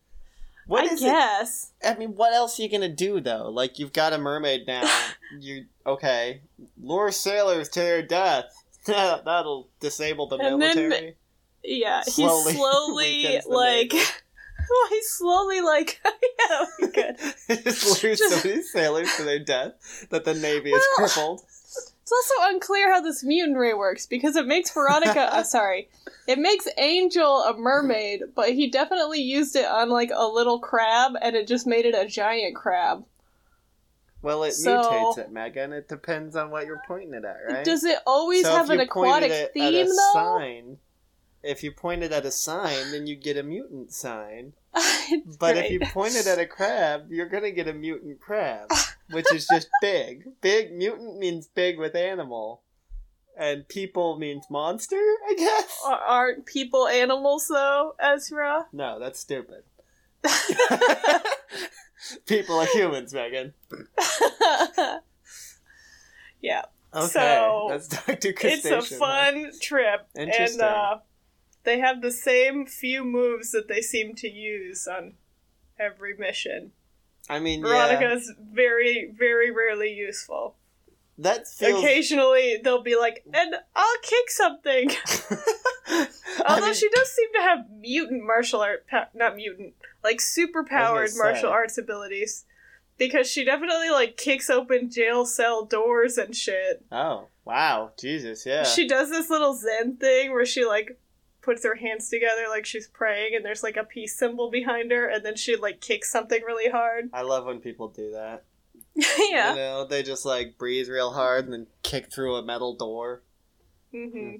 Speaker 1: What
Speaker 2: I
Speaker 1: is it?
Speaker 2: guess.
Speaker 1: I mean, what else are you gonna do though? Like, you've got a mermaid now. you okay? Lure sailors to their death. That'll disable the
Speaker 2: And then-
Speaker 1: military.
Speaker 2: Yeah, he's
Speaker 1: Slowly
Speaker 2: slowly,
Speaker 1: weakens the
Speaker 2: like.
Speaker 1: navy.
Speaker 2: well, he's slowly like. yeah, that'd be good.
Speaker 1: Just lure so
Speaker 2: Just-
Speaker 1: many sailors to their death that the navy is
Speaker 2: Well-
Speaker 1: crippled.
Speaker 2: It's also unclear how this mutant ray works because it makes Veronica. uh, sorry, it makes Angel a mermaid, but he definitely used it on like a little crab, and it just made it a giant crab.
Speaker 1: Well, it
Speaker 2: So-
Speaker 1: mutates it, Megan. It depends on what you're pointing it at, right?
Speaker 2: Does it always
Speaker 1: So
Speaker 2: have
Speaker 1: if
Speaker 2: an
Speaker 1: you pointed
Speaker 2: aquatic
Speaker 1: it at a
Speaker 2: theme though?
Speaker 1: Sign, if you point it at a sign, then you get a mutant sign.
Speaker 2: It's
Speaker 1: But if
Speaker 2: great.
Speaker 1: you point it at a crab, you're gonna get a mutant crab, which is just big. Big mutant means big with animal, and people means monster. I guess.
Speaker 2: A- aren't people animals though, Ezra?
Speaker 1: No, that's stupid. people are humans, Megan.
Speaker 2: yeah.
Speaker 1: Okay,
Speaker 2: So,
Speaker 1: that's Doctor
Speaker 2: it's
Speaker 1: Crustacean.
Speaker 2: a fun trip and
Speaker 1: Interesting.
Speaker 2: uh, they have the same few moves that they seem to use on every mission
Speaker 1: I mean, yeah,
Speaker 2: veronica's very very rarely useful
Speaker 1: that feels.
Speaker 2: occasionally they'll be like and i'll kick something
Speaker 1: I
Speaker 2: although
Speaker 1: mean,
Speaker 2: she does seem to have mutant martial art pa- not mutant like super powered
Speaker 1: say.
Speaker 2: martial arts abilities because she definitely like kicks open jail cell doors and shit
Speaker 1: Oh wow, Jesus, yeah.
Speaker 2: She does this little Zen thing where she like puts her hands together like she's praying, and there's like a peace symbol behind her, and then she like kicks something really hard.
Speaker 1: I love when people do that. You
Speaker 2: yeah.
Speaker 1: know, they just like breathe real hard and then kick through a metal door.
Speaker 2: hmm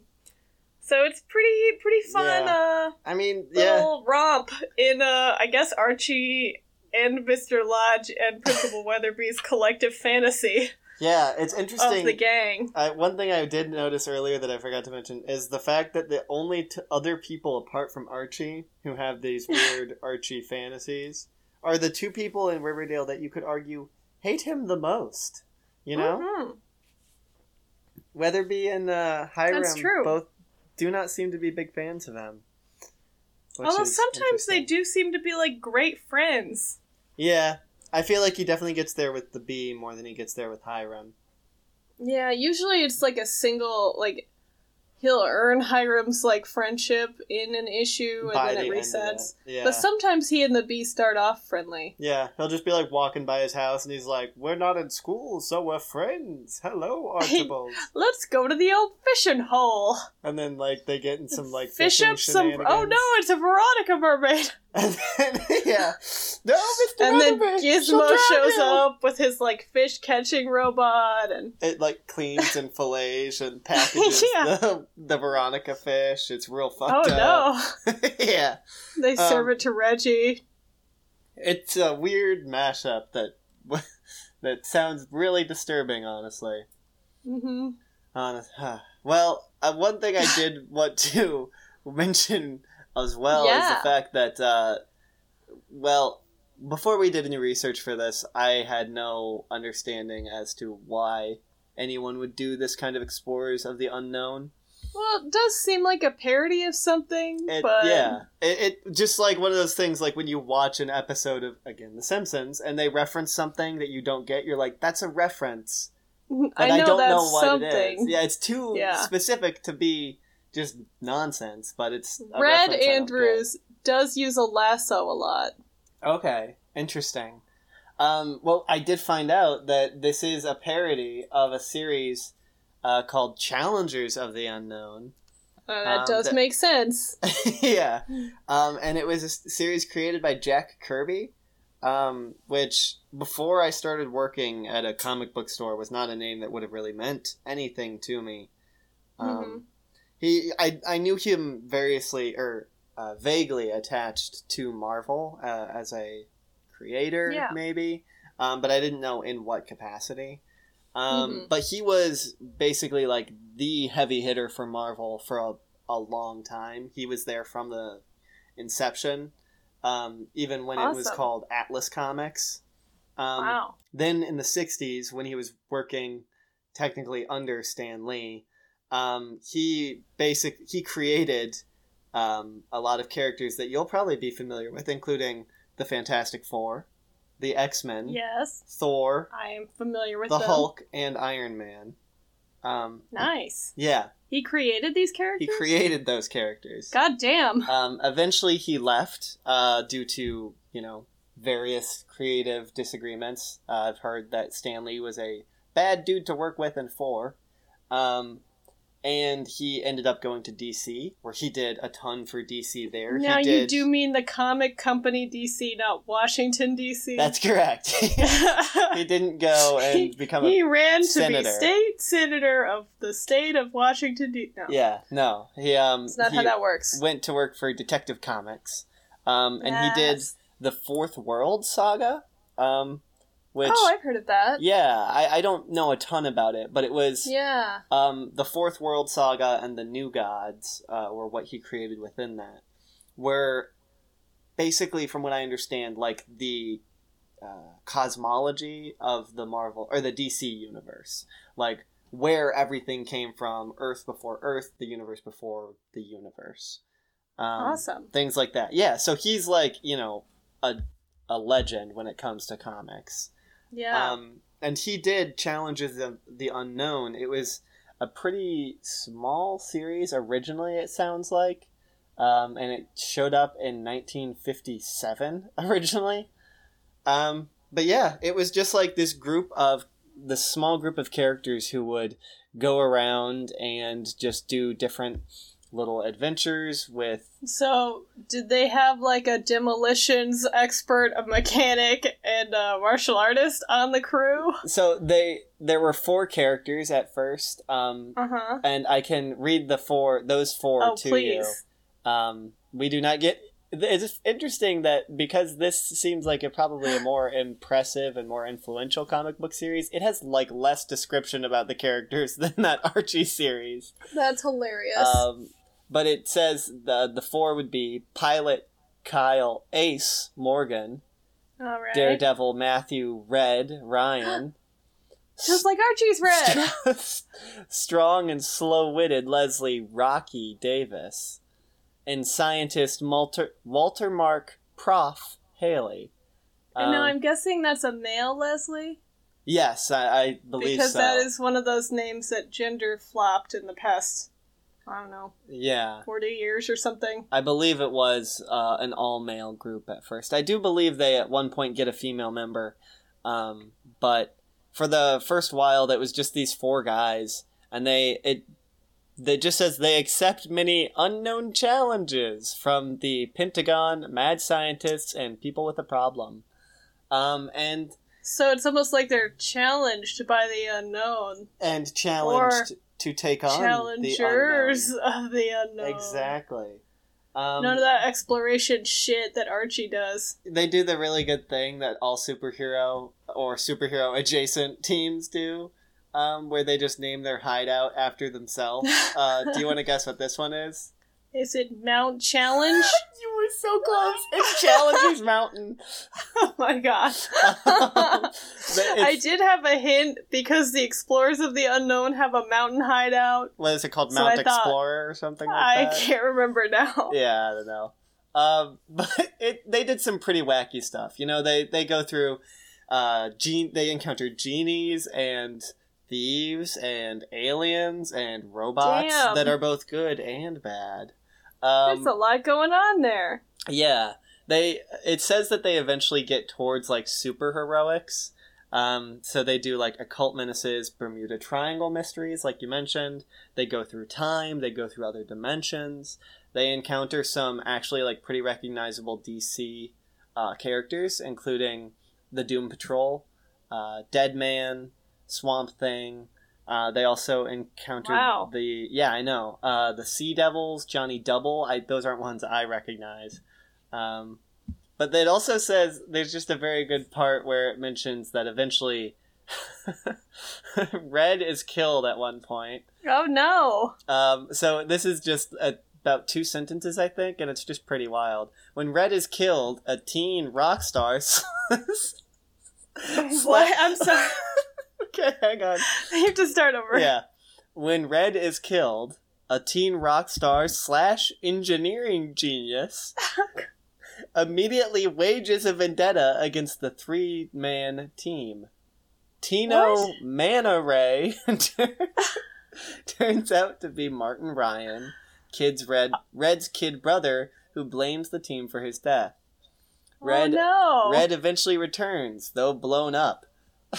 Speaker 2: So it's pretty pretty fun. Uh,
Speaker 1: I mean, yeah.
Speaker 2: little romp in uh, I guess Archie and Mr. Lodge and Principal Weatherby's collective fantasy
Speaker 1: Yeah, it's
Speaker 2: of the
Speaker 1: interesting.
Speaker 2: gang.
Speaker 1: I, one thing I did notice earlier that I forgot to mention is the fact that the only t- other people apart from Archie who have these weird Archie fantasies are the two people in Riverdale that you could argue hate him the most. You know?
Speaker 2: Mhm.
Speaker 1: Weatherby and uh, Hiram
Speaker 2: That's true.
Speaker 1: both do not seem to be big fans of him. Which
Speaker 2: Although
Speaker 1: is
Speaker 2: sometimes they
Speaker 1: interesting.
Speaker 2: do seem to be like great friends.
Speaker 1: Yeah, I feel like he definitely gets there with the B more than he gets there with Hiram.
Speaker 2: Yeah, usually it's like a single like he'll earn Hiram's like friendship in an issue and
Speaker 1: by
Speaker 2: then
Speaker 1: the
Speaker 2: it
Speaker 1: end of
Speaker 2: resets.
Speaker 1: it. Yeah.
Speaker 2: But sometimes he and the bee start off friendly.
Speaker 1: yeah, he'll just be like walking by his house and he's like, We're not in school, so we're friends. Hello, Archibald.
Speaker 2: Let's go to the old fishing hole.
Speaker 1: and then, like, they get in some, like,
Speaker 2: Fish
Speaker 1: fishing
Speaker 2: up some Oh
Speaker 1: shenanigans.
Speaker 2: no, it's a Veronica mermaid.
Speaker 1: And then, yeah. No, Mr.
Speaker 2: And then
Speaker 1: Weatherby, she'll
Speaker 2: Gizmo
Speaker 1: drown
Speaker 2: shows
Speaker 1: you.
Speaker 2: up with his like fish catching robot and
Speaker 1: It like cleans and fillets and packages
Speaker 2: Yeah.
Speaker 1: the, the Veronica fish. It's real
Speaker 2: Oh
Speaker 1: fucked up.
Speaker 2: no.
Speaker 1: no! yeah,
Speaker 2: They
Speaker 1: Um,
Speaker 2: serve it to Reggie.
Speaker 1: it's a weird mashup that that sounds really disturbing. Honestly,
Speaker 2: hmm
Speaker 1: honest. huh. Well, uh, one thing I did want to mention as well is
Speaker 2: Yeah.
Speaker 1: the fact that, uh, well, before we did any research for this, I had no understanding as to why anyone would do this kind of explorers of the unknown.
Speaker 2: Well, it does seem like a parody of something,
Speaker 1: It,
Speaker 2: but
Speaker 1: yeah, it, it just like one of those things like when you watch an episode of again The Simpsons and they reference something that you don't get, you're like, "That's a reference," but I,
Speaker 2: I know
Speaker 1: don't
Speaker 2: that's
Speaker 1: know what
Speaker 2: something.
Speaker 1: it is. Yeah, it's too
Speaker 2: Yeah.
Speaker 1: specific to be just nonsense, but it's a
Speaker 2: Red
Speaker 1: reference I don't
Speaker 2: Andrews does use a lasso a lot.
Speaker 1: get. Okay, interesting. Um, well, I did find out that this is a parody of a series uh, called Challengers of the Unknown.
Speaker 2: Uh, that
Speaker 1: Um,
Speaker 2: does
Speaker 1: that-
Speaker 2: make sense.
Speaker 1: yeah. Um, and it was a s- series created by Jack Kirby, um, which before I started working at a comic book store was not a name that would have really meant anything to me. Um,
Speaker 2: Mhm.
Speaker 1: He, I, I knew him variously or uh, vaguely attached to Marvel uh, as a creator,
Speaker 2: Yeah.
Speaker 1: maybe, um, but I didn't know in what capacity. Um, But he was basically like the heavy hitter for Marvel for a, a long time. He was there from the inception, um, even when it was
Speaker 2: Awesome.
Speaker 1: called Atlas Comics. Um,
Speaker 2: wow.
Speaker 1: Then in the 60s, when he was working technically under Stan Lee, um, he basic he created um, a lot of characters that you'll probably be familiar with, including the Fantastic Four, the X Men,
Speaker 2: Yes,
Speaker 1: Thor,
Speaker 2: I am familiar with
Speaker 1: the
Speaker 2: them.
Speaker 1: Hulk, and Iron Man. Um,
Speaker 2: Nice.
Speaker 1: yeah,
Speaker 2: He created these
Speaker 1: he
Speaker 2: characters.
Speaker 1: created those characters.
Speaker 2: God damn.
Speaker 1: Um, eventually, he left uh, due to you know various creative disagreements. Uh, I've heard that Stanley was a bad dude to work with and for, um, and he ended up going to DC, where he did a ton for DC. There,
Speaker 2: Now
Speaker 1: he
Speaker 2: you
Speaker 1: did,
Speaker 2: do mean the comic company DC, not Washington DC.
Speaker 1: That's correct. he didn't go and become a
Speaker 2: he ran to
Speaker 1: senator.
Speaker 2: be state senator of the state of Washington. D- no,
Speaker 1: yeah. No, he um
Speaker 2: it's not
Speaker 1: he
Speaker 2: how that works.
Speaker 1: went to work for Detective Comics, um, and he did
Speaker 2: Yes.
Speaker 1: the Fourth World Saga, um, which.
Speaker 2: oh, I've heard of that.
Speaker 1: Yeah, I, I don't know a ton about it, but it was
Speaker 2: Yeah.
Speaker 1: um, the Fourth World Saga and the New Gods, uh, or what he created within that, were basically, from what I understand, like the uh, cosmology of the Marvel or the DC universe, like where everything came from, Earth before Earth, the universe before the universe. Um,
Speaker 2: awesome.
Speaker 1: Things like that. Yeah, so he's like, you know, a, a legend when it comes to comics.
Speaker 2: Yeah.
Speaker 1: Um, and he did Challenges of the Unknown. It was a pretty small series originally, it sounds like. Um, and it showed up in 1957 originally. Um, but yeah, it was just like this group of, this small group of characters who would go around and just do different little adventures with
Speaker 2: so, did they have like a demolitions expert, a mechanic, and a martial artist on the crew?
Speaker 1: so they there were four characters at first um
Speaker 2: Uh huh.
Speaker 1: and I can read the four those four
Speaker 2: Oh,
Speaker 1: to
Speaker 2: please.
Speaker 1: you. Um, we do not get. It's interesting that because this seems like a probably a more impressive and more influential comic book series, it has like less description about the characters than that Archie series.
Speaker 2: That's hilarious.
Speaker 1: Um, but it says the the four would be Pilot, Kyle, Ace, Morgan,
Speaker 2: All right.
Speaker 1: Daredevil, Matthew, Red, Ryan.
Speaker 2: Just like "Oh, Archie's red.
Speaker 1: Strong and slow witted Leslie Rocky Davis and scientist Walter, Walter Mark Prof Haley.
Speaker 2: and now
Speaker 1: Um,
Speaker 2: I'm guessing that's a male Leslie
Speaker 1: Yes, I, I believe
Speaker 2: because
Speaker 1: so.
Speaker 2: that is one of those names that gender flopped in the past. I don't know,
Speaker 1: yeah.
Speaker 2: forty years or something.
Speaker 1: I believe it was uh, an all male group at first. I do believe they at one point get a female member, um, but for the first while, that was just these four guys, and they it that just says they accept many unknown challenges from the Pentagon, mad scientists, and people with a problem. Um, and
Speaker 2: So it's almost like they're challenged by the unknown,
Speaker 1: and challenged to take on
Speaker 2: challengers
Speaker 1: the
Speaker 2: of the unknown.
Speaker 1: unknown. exactly. Um,
Speaker 2: None of that exploration shit that Archie does.
Speaker 1: they do the really good thing that all superhero or superhero adjacent teams do, um, where they just name their hideout after themselves. Uh, do you want to guess what this one is?
Speaker 2: Is it Mount Challenge?
Speaker 1: You were so close. It's Challengers Mountain.
Speaker 2: oh my god. I
Speaker 1: it's,
Speaker 2: did have a hint because the explorers of the unknown have a mountain hideout.
Speaker 1: what is it called?
Speaker 2: So
Speaker 1: Mount
Speaker 2: I thought-
Speaker 1: Explorer or something like
Speaker 2: I
Speaker 1: that?
Speaker 2: can't remember now.
Speaker 1: Yeah, I don't know. Um, but it, they did some pretty wacky stuff. You know, they they go through, uh, gene they encounter genies and thieves and aliens and robots
Speaker 2: Damn.
Speaker 1: that are both good and bad.
Speaker 2: There's
Speaker 1: Um,
Speaker 2: a lot going on there.
Speaker 1: yeah, they it says that they eventually get towards like super heroics. Um, so they do like occult menaces, Bermuda Triangle mysteries, like you mentioned. They go through time. They go through other dimensions. They encounter some actually like pretty recognizable DC uh, characters, including the Doom Patrol, uh, Dead Man, Swamp Thing. Uh, they also encountered
Speaker 2: Wow.
Speaker 1: the yeah I know uh, the Sea Devils, Johnny Double. I, those aren't ones I recognize. Um, but it also says there's just a very good part where it mentions that eventually Red is killed at one point.
Speaker 2: Oh no.
Speaker 1: Um, so this is just a, about two sentences, I think, and it's just pretty wild. When Red is killed, a teen rock star. s-
Speaker 2: What? I'm sorry.
Speaker 1: okay, hang on.
Speaker 2: You have to start over.
Speaker 1: Yeah. When Red is killed, a teen rock star slash engineering genius immediately wages a vendetta against the three man team. Tino
Speaker 2: What?
Speaker 1: Manta Ray tur- turns out to be Martin Ryan, Kid's Red Red's kid brother, who blames the team for his death. Red
Speaker 2: oh no.
Speaker 1: Red eventually returns, though blown up.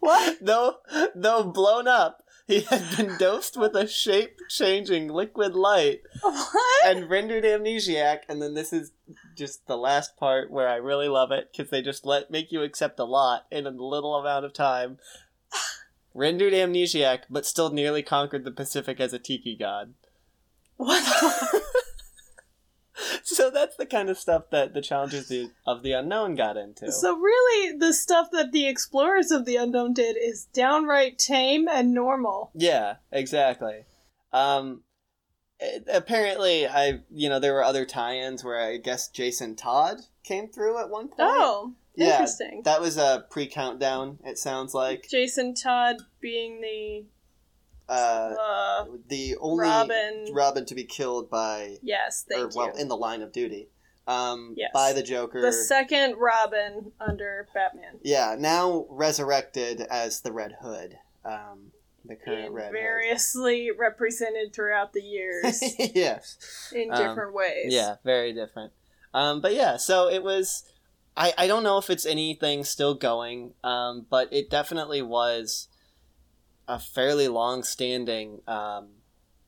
Speaker 2: What?
Speaker 1: though though blown up, he had been dosed with a shape changing liquid light
Speaker 2: What?
Speaker 1: and rendered amnesiac. And then this is just the last part where I really love it because they just let make you accept a lot in a little amount of time. Rendered amnesiac, but still nearly conquered the Pacific as a tiki god.
Speaker 2: What? the-
Speaker 1: So that's the kind of stuff that the Challengers of the Unknown got into.
Speaker 2: So really, the stuff that the explorers of the unknown did is downright tame and normal.
Speaker 1: Yeah, exactly. Um, it- apparently, I you know there were other tie-ins where I guess Jason Todd came through at one point.
Speaker 2: Oh,
Speaker 1: Yeah.
Speaker 2: interesting.
Speaker 1: that was a pre-countdown. It sounds like
Speaker 2: Jason Todd being the
Speaker 1: uh,
Speaker 2: uh,
Speaker 1: the only
Speaker 2: Robin.
Speaker 1: Robin to be killed by,
Speaker 2: yes,
Speaker 1: or
Speaker 2: thank
Speaker 1: well,
Speaker 2: you.
Speaker 1: in the line of duty, um,
Speaker 2: Yes.
Speaker 1: by the Joker.
Speaker 2: the second Robin under Batman.
Speaker 1: yeah, now resurrected as the Red Hood, um, the current
Speaker 2: Being
Speaker 1: Red
Speaker 2: variously represented throughout the
Speaker 1: Hood.
Speaker 2: years
Speaker 1: yes.
Speaker 2: in
Speaker 1: Um,
Speaker 2: different ways.
Speaker 1: Yeah, very different. Um, but yeah, so it was. I, I don't know if it's anything still going, um, but it definitely was a fairly long standing um,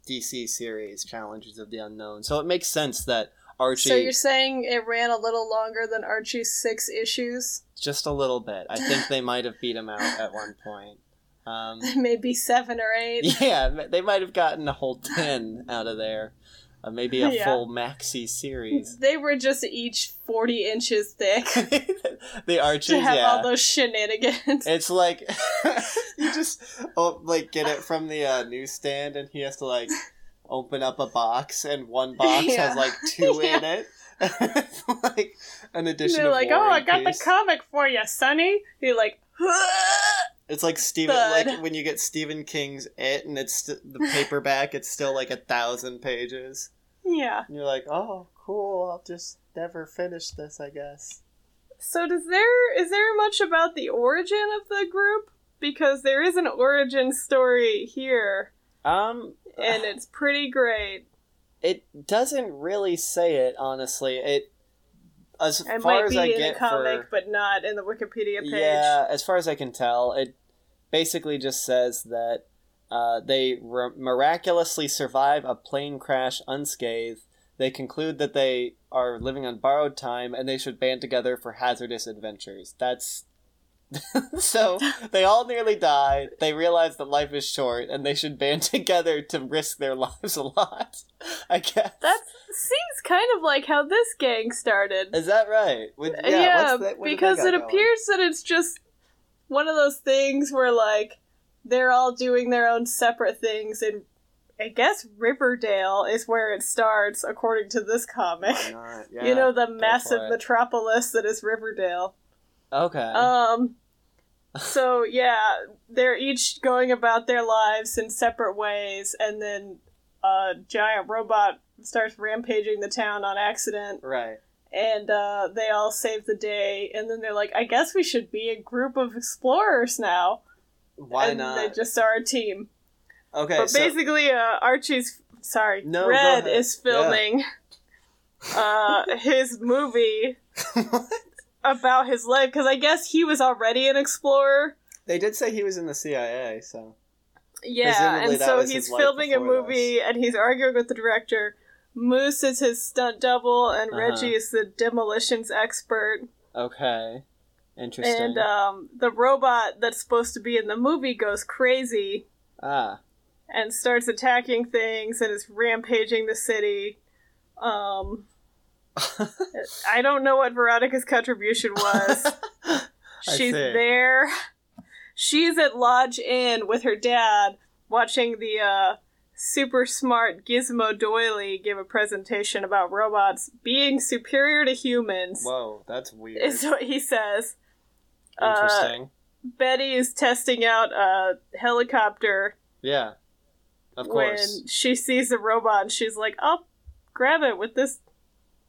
Speaker 1: DC series, Challenges of the Unknown. So it makes sense that Archie,
Speaker 2: So you're saying it ran a little longer than Archie's six issues?
Speaker 1: just a little bit. I think they might have beat him out at one point. Um,
Speaker 2: Maybe seven or eight.
Speaker 1: yeah, they might have gotten a whole 10 out of there. Uh, maybe a
Speaker 2: Yeah.
Speaker 1: full maxi series.
Speaker 2: They were just each forty inches thick
Speaker 1: the arches,
Speaker 2: to have
Speaker 1: yeah.
Speaker 2: all those shenanigans.
Speaker 1: It's like you just oh, like get it from the uh, newsstand, and he has to like open up a box, and one box
Speaker 2: Yeah.
Speaker 1: has like two in it. It's like an addition.
Speaker 2: They're
Speaker 1: of
Speaker 2: like,
Speaker 1: War
Speaker 2: "Oh, I
Speaker 1: and
Speaker 2: got
Speaker 1: Peace."
Speaker 2: the comic for you, Sonny." You're like,
Speaker 1: It's like Stephen,
Speaker 2: Thud.
Speaker 1: like when you get Stephen King's It, and it's st- the paperback. It's still like a thousand pages.
Speaker 2: "Yeah."
Speaker 1: And you're like, oh, cool. I'll just never finish this, I guess.
Speaker 2: So does there is there much about the origin of the group? Because there is an origin story here,
Speaker 1: Um,
Speaker 2: and it's pretty great.
Speaker 1: it doesn't really say it honestly it as
Speaker 2: It
Speaker 1: far
Speaker 2: might
Speaker 1: as
Speaker 2: be
Speaker 1: i
Speaker 2: in
Speaker 1: get
Speaker 2: a comic,
Speaker 1: for
Speaker 2: but not in the Wikipedia page.
Speaker 1: yeah as far as i can tell it basically just says that uh, they r miraculously survive a plane crash unscathed they conclude that they are living on borrowed time and they should band together for hazardous adventures that's so they all nearly die they realize that life is short and they should band together to risk their lives a lot i guess
Speaker 2: That seems kind of like how this gang started.
Speaker 1: Is that right? With-
Speaker 2: Yeah,
Speaker 1: Uh, what's that- what do they
Speaker 2: because
Speaker 1: got
Speaker 2: it
Speaker 1: going?
Speaker 2: appears that it's just one of those things where like they're all doing their own separate things, and I guess Riverdale is where it starts, according to this comic.
Speaker 1: Why not? Yeah.
Speaker 2: you know the massive
Speaker 1: it.
Speaker 2: metropolis that is Riverdale.
Speaker 1: Okay.
Speaker 2: Um so yeah, they're each going about their lives in separate ways and then a giant robot starts rampaging the town on accident
Speaker 1: right.
Speaker 2: and uh, they all save the day and then they're like I guess we should be a group of explorers now
Speaker 1: Why
Speaker 2: and
Speaker 1: not?
Speaker 2: they just are a team.
Speaker 1: okay.
Speaker 2: But
Speaker 1: so-
Speaker 2: basically, uh, Archie's sorry,
Speaker 1: No, go
Speaker 2: Red
Speaker 1: ahead.
Speaker 2: is filming uh, his movie about his life because I guess he was already an explorer.
Speaker 1: they did say he was in the CIA, so
Speaker 2: Yeah,
Speaker 1: Presumably
Speaker 2: and
Speaker 1: that
Speaker 2: so
Speaker 1: was
Speaker 2: he's
Speaker 1: his life
Speaker 2: filming a
Speaker 1: before
Speaker 2: movie and he's arguing with the director Moose is his stunt double, and
Speaker 1: Uh-huh.
Speaker 2: Reggie is the demolitions expert.
Speaker 1: Okay. Interesting.
Speaker 2: And um, the robot that's supposed to be in the movie goes crazy
Speaker 1: ah.
Speaker 2: and starts attacking things and is rampaging the city. Um, I don't know what Veronica's contribution was. She's
Speaker 1: see.
Speaker 2: there. She's at Lodge Inn with her dad watching the uh, super smart Gizmo Doily give a presentation about robots being superior to humans,
Speaker 1: Whoa, that's weird.
Speaker 2: is what he says. uh,
Speaker 1: Interesting.
Speaker 2: Betty is testing out a helicopter
Speaker 1: yeah. Of
Speaker 2: when
Speaker 1: course.
Speaker 2: she sees a robot and she's like, I'll grab it with this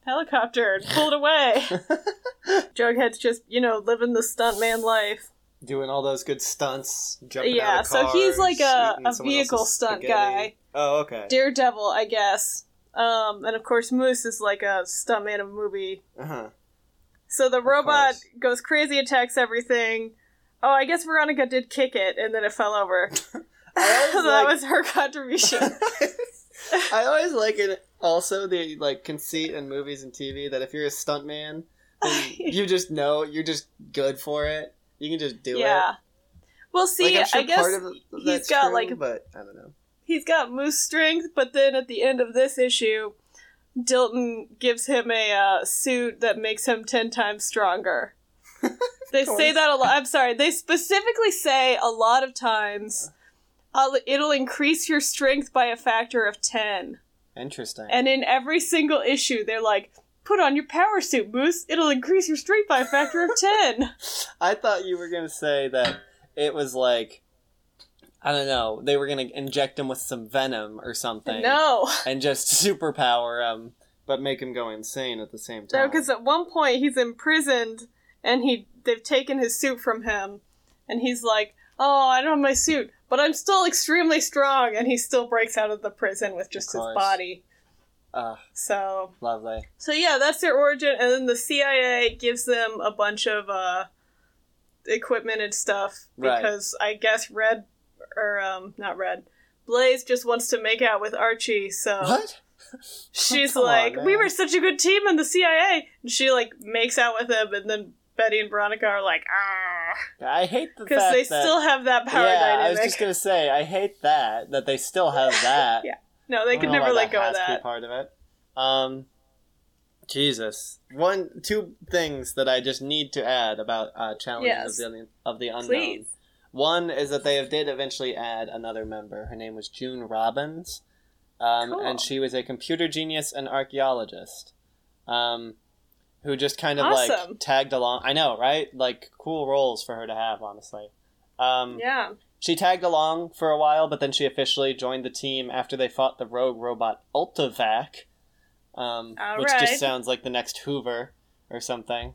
Speaker 2: helicopter and pull it away. Jughead's just, you know, living the stuntman life.
Speaker 1: Doing all those good stunts, jumping
Speaker 2: Yeah,
Speaker 1: out of
Speaker 2: so he's
Speaker 1: cars,
Speaker 2: like a-
Speaker 1: eating
Speaker 2: a
Speaker 1: someone
Speaker 2: vehicle
Speaker 1: else's
Speaker 2: stunt
Speaker 1: spaghetti.
Speaker 2: guy.
Speaker 1: Oh, okay.
Speaker 2: Daredevil, I guess. Um, and of course, Moose is like a stuntman of a movie.
Speaker 1: Uh-huh.
Speaker 2: So the robot
Speaker 1: course.
Speaker 2: goes crazy, attacks everything. Oh, I guess Veronica did kick it, and then it fell over.
Speaker 1: I
Speaker 2: so
Speaker 1: always
Speaker 2: that
Speaker 1: like-
Speaker 2: was her contribution.
Speaker 1: I always like it. Also, the like conceit in movies and TV that if you're a stuntman, then you just know you're just good for it. You can just do
Speaker 2: yeah.
Speaker 1: it.
Speaker 2: Well, see,
Speaker 1: Like, I'm sure
Speaker 2: I guess
Speaker 1: part of
Speaker 2: he's
Speaker 1: that's
Speaker 2: got,
Speaker 1: true,
Speaker 2: like-
Speaker 1: but I don't know.
Speaker 2: he's got moose strength, but then at the end of this issue, Dilton gives him a uh, suit that makes him 10 times stronger. they
Speaker 1: course.
Speaker 2: say that a lot. I'm sorry. They specifically say a lot of times uh, it'll increase your strength by a factor of 10.
Speaker 1: Interesting.
Speaker 2: And in every single issue, they're like, put on your power suit, Moose. It'll increase your strength by a factor of 10.
Speaker 1: I thought you were gonna say that it was like I don't know. They were gonna inject him with some venom or something,
Speaker 2: No.
Speaker 1: and just superpower him, but make him go insane at the same
Speaker 2: No,
Speaker 1: time.
Speaker 2: because at one point he's imprisoned and he they've taken his suit from him, and he's like, "Oh, I don't have my suit, but I'm still extremely strong." And he still breaks out of the prison with just his
Speaker 1: course.
Speaker 2: body.
Speaker 1: Ah,
Speaker 2: So,
Speaker 1: lovely.
Speaker 2: so yeah, that's their origin. And then the CIA gives them a bunch of uh, equipment and stuff
Speaker 1: Right.
Speaker 2: because I guess Red or um, not Red. Blaze just wants to make out with Archie, so
Speaker 1: What?
Speaker 2: She's
Speaker 1: Oh, Come on,
Speaker 2: like, we
Speaker 1: man.
Speaker 2: were such a good team in the CIA. And she like makes out with him, and then Betty and Veronica are like, ah,
Speaker 1: I hate the
Speaker 2: because
Speaker 1: fact
Speaker 2: they
Speaker 1: that
Speaker 2: still have that power
Speaker 1: yeah, I
Speaker 2: dynamic.
Speaker 1: was just gonna say I hate that that they still have that.
Speaker 2: Yeah, no, they
Speaker 1: I
Speaker 2: could
Speaker 1: don't know
Speaker 2: never
Speaker 1: why
Speaker 2: let go of
Speaker 1: has to be
Speaker 2: that.
Speaker 1: part of it. Um, Jesus, one two things that I just need to add about uh, challenges
Speaker 2: Yes.
Speaker 1: of the of the unknown.
Speaker 2: Please,
Speaker 1: One is that they did eventually add another member. Her name was June Robbins, um,
Speaker 2: Cool.
Speaker 1: and she was a computer genius and archaeologist, um, who just kind of
Speaker 2: Awesome.
Speaker 1: like tagged along. I know, right? Like cool roles for her to have, honestly. Um,
Speaker 2: yeah,
Speaker 1: She tagged along for a while, but then she officially joined the team after they fought the rogue robot Ultivac, um,
Speaker 2: All
Speaker 1: which
Speaker 2: right.
Speaker 1: just sounds like the next Hoover or something.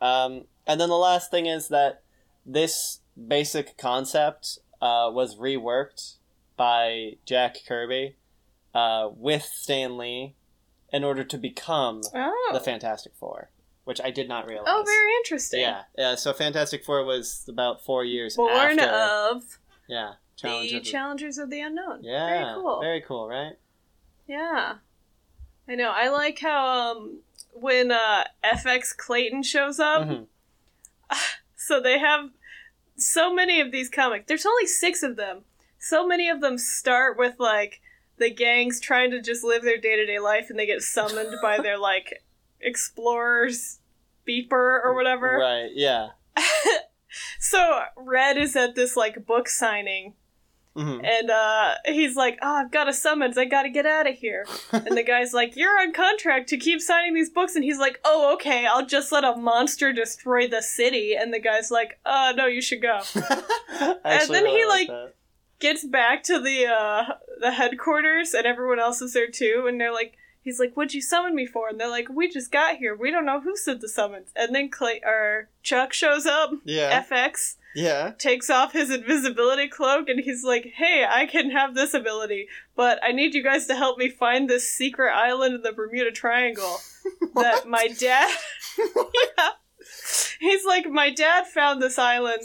Speaker 1: Um, and then the last thing is that this basic concept uh, was reworked by Jack Kirby uh, with Stan Lee in order to become
Speaker 2: oh,
Speaker 1: the Fantastic Four, which I did not realize.
Speaker 2: oh, very interesting.
Speaker 1: Yeah, yeah. So Fantastic Four was about four years
Speaker 2: Born
Speaker 1: after.
Speaker 2: of
Speaker 1: Yeah.
Speaker 2: the
Speaker 1: of the-
Speaker 2: Challengers of the Unknown.
Speaker 1: Yeah.
Speaker 2: very cool.
Speaker 1: Very cool, right?
Speaker 2: Yeah, I know. I like how um, when uh, FX Clayton shows up,
Speaker 1: Mhm.
Speaker 2: So they have so many of these comics. There's only six of them. So many of them start with like the gangs trying to just live their day to day life and they get summoned by their like explorers beeper or whatever.
Speaker 1: Right. Yeah.
Speaker 2: So Red is at this like book signing
Speaker 1: Mhm.
Speaker 2: and uh, he's like, Oh, I've got a summons. I got to get out of here. and the guy's like, You're on contract to keep signing these books. And he's like, Oh, okay. I'll just let a monster destroy the city. And the guy's like, Uh, no, you should go.
Speaker 1: I
Speaker 2: And
Speaker 1: actually
Speaker 2: then he,
Speaker 1: really
Speaker 2: like,
Speaker 1: that.
Speaker 2: gets back to the uh the headquarters and everyone else is there too and they're like he's like what'd you summon me for and they're like we just got here we don't know who sent the summons and then clay or chuck shows up
Speaker 1: Yeah.
Speaker 2: fx
Speaker 1: yeah.
Speaker 2: takes off his invisibility cloak and he's like hey i can have this ability but i need you guys to help me find this secret island in the bermuda triangle that my dad yeah. he's like my dad found this island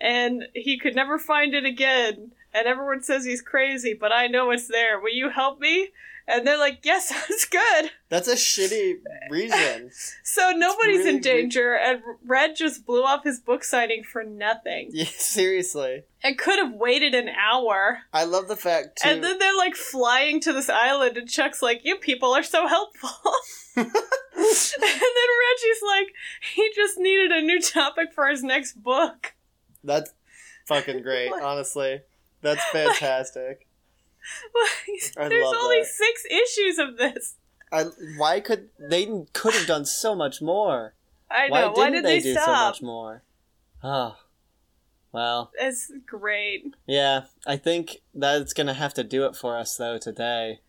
Speaker 2: and he could never find it again and everyone says he's crazy but i know it's there will you help me And they're like, yes, sounds good.
Speaker 1: That's a shitty reason.
Speaker 2: So nobody's
Speaker 1: really
Speaker 2: in danger, and Red just blew off his book signing for nothing.
Speaker 1: Yeah, seriously.
Speaker 2: And could have waited an hour.
Speaker 1: I love the fact too.
Speaker 2: And then they're like flying to this island, and Chuck's like, You people are so helpful. and then Reggie's like, He just needed a new topic for his next book.
Speaker 1: that's fucking great,
Speaker 2: Like-
Speaker 1: honestly. That's fantastic. I
Speaker 2: Like, there's
Speaker 1: love
Speaker 2: only
Speaker 1: that.
Speaker 2: six issues of this.
Speaker 1: I, why could they could have done so much more?
Speaker 2: I
Speaker 1: why
Speaker 2: know.
Speaker 1: didn't
Speaker 2: Why did they,
Speaker 1: do so
Speaker 2: stop?
Speaker 1: much more? Oh, well,
Speaker 2: It's great.
Speaker 1: yeah. I think that's gonna have to do it for us though today.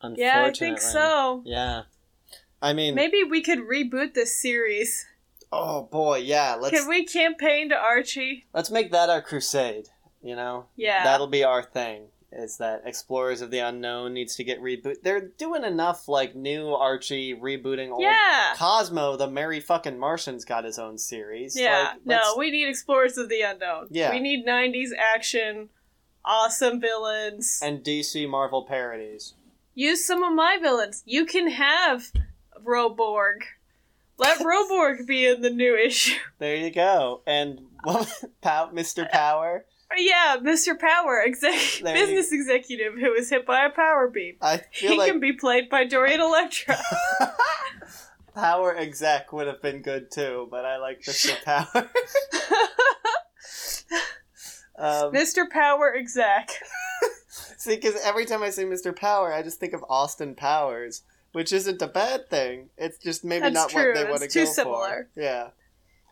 Speaker 1: Unfortunately.
Speaker 2: Yeah, I think so.
Speaker 1: Yeah. I mean,
Speaker 2: Maybe we could reboot this series.
Speaker 1: oh boy, yeah. Let's
Speaker 2: Can we campaign to Archie?
Speaker 1: let's make that our crusade. You know,
Speaker 2: Yeah.
Speaker 1: that'll be our thing is that explorers of the unknown needs to get reboot they're doing enough like new archie rebooting old
Speaker 2: yeah.
Speaker 1: cosmo the merry fucking martian's got his own series
Speaker 2: Yeah.
Speaker 1: Like,
Speaker 2: no,
Speaker 1: let's-
Speaker 2: we need Explorers of the Unknown.
Speaker 1: Yeah.
Speaker 2: We need 90s action, awesome villains.
Speaker 1: and dc marvel parodies
Speaker 2: Use some of my villains. You can have Roborg. Let Roborg be in the new issue.
Speaker 1: there you go and what Pow-
Speaker 2: Uh,
Speaker 1: mr power
Speaker 2: Yeah, Mr. Power, exec-
Speaker 1: There you-
Speaker 2: business executive who was hit by a power beam.
Speaker 1: i
Speaker 2: He
Speaker 1: feel like
Speaker 2: can be played by Dorian Electra.
Speaker 1: power exec would have been good too but i like mr power um,
Speaker 2: Mr. Power exec.
Speaker 1: See, because every time I say Mr. Power, I just think of Austin Powers, which isn't a bad thing. It's just maybe
Speaker 2: That's
Speaker 1: not
Speaker 2: true.
Speaker 1: what they want to
Speaker 2: It's too
Speaker 1: go
Speaker 2: similar.
Speaker 1: for. Yeah,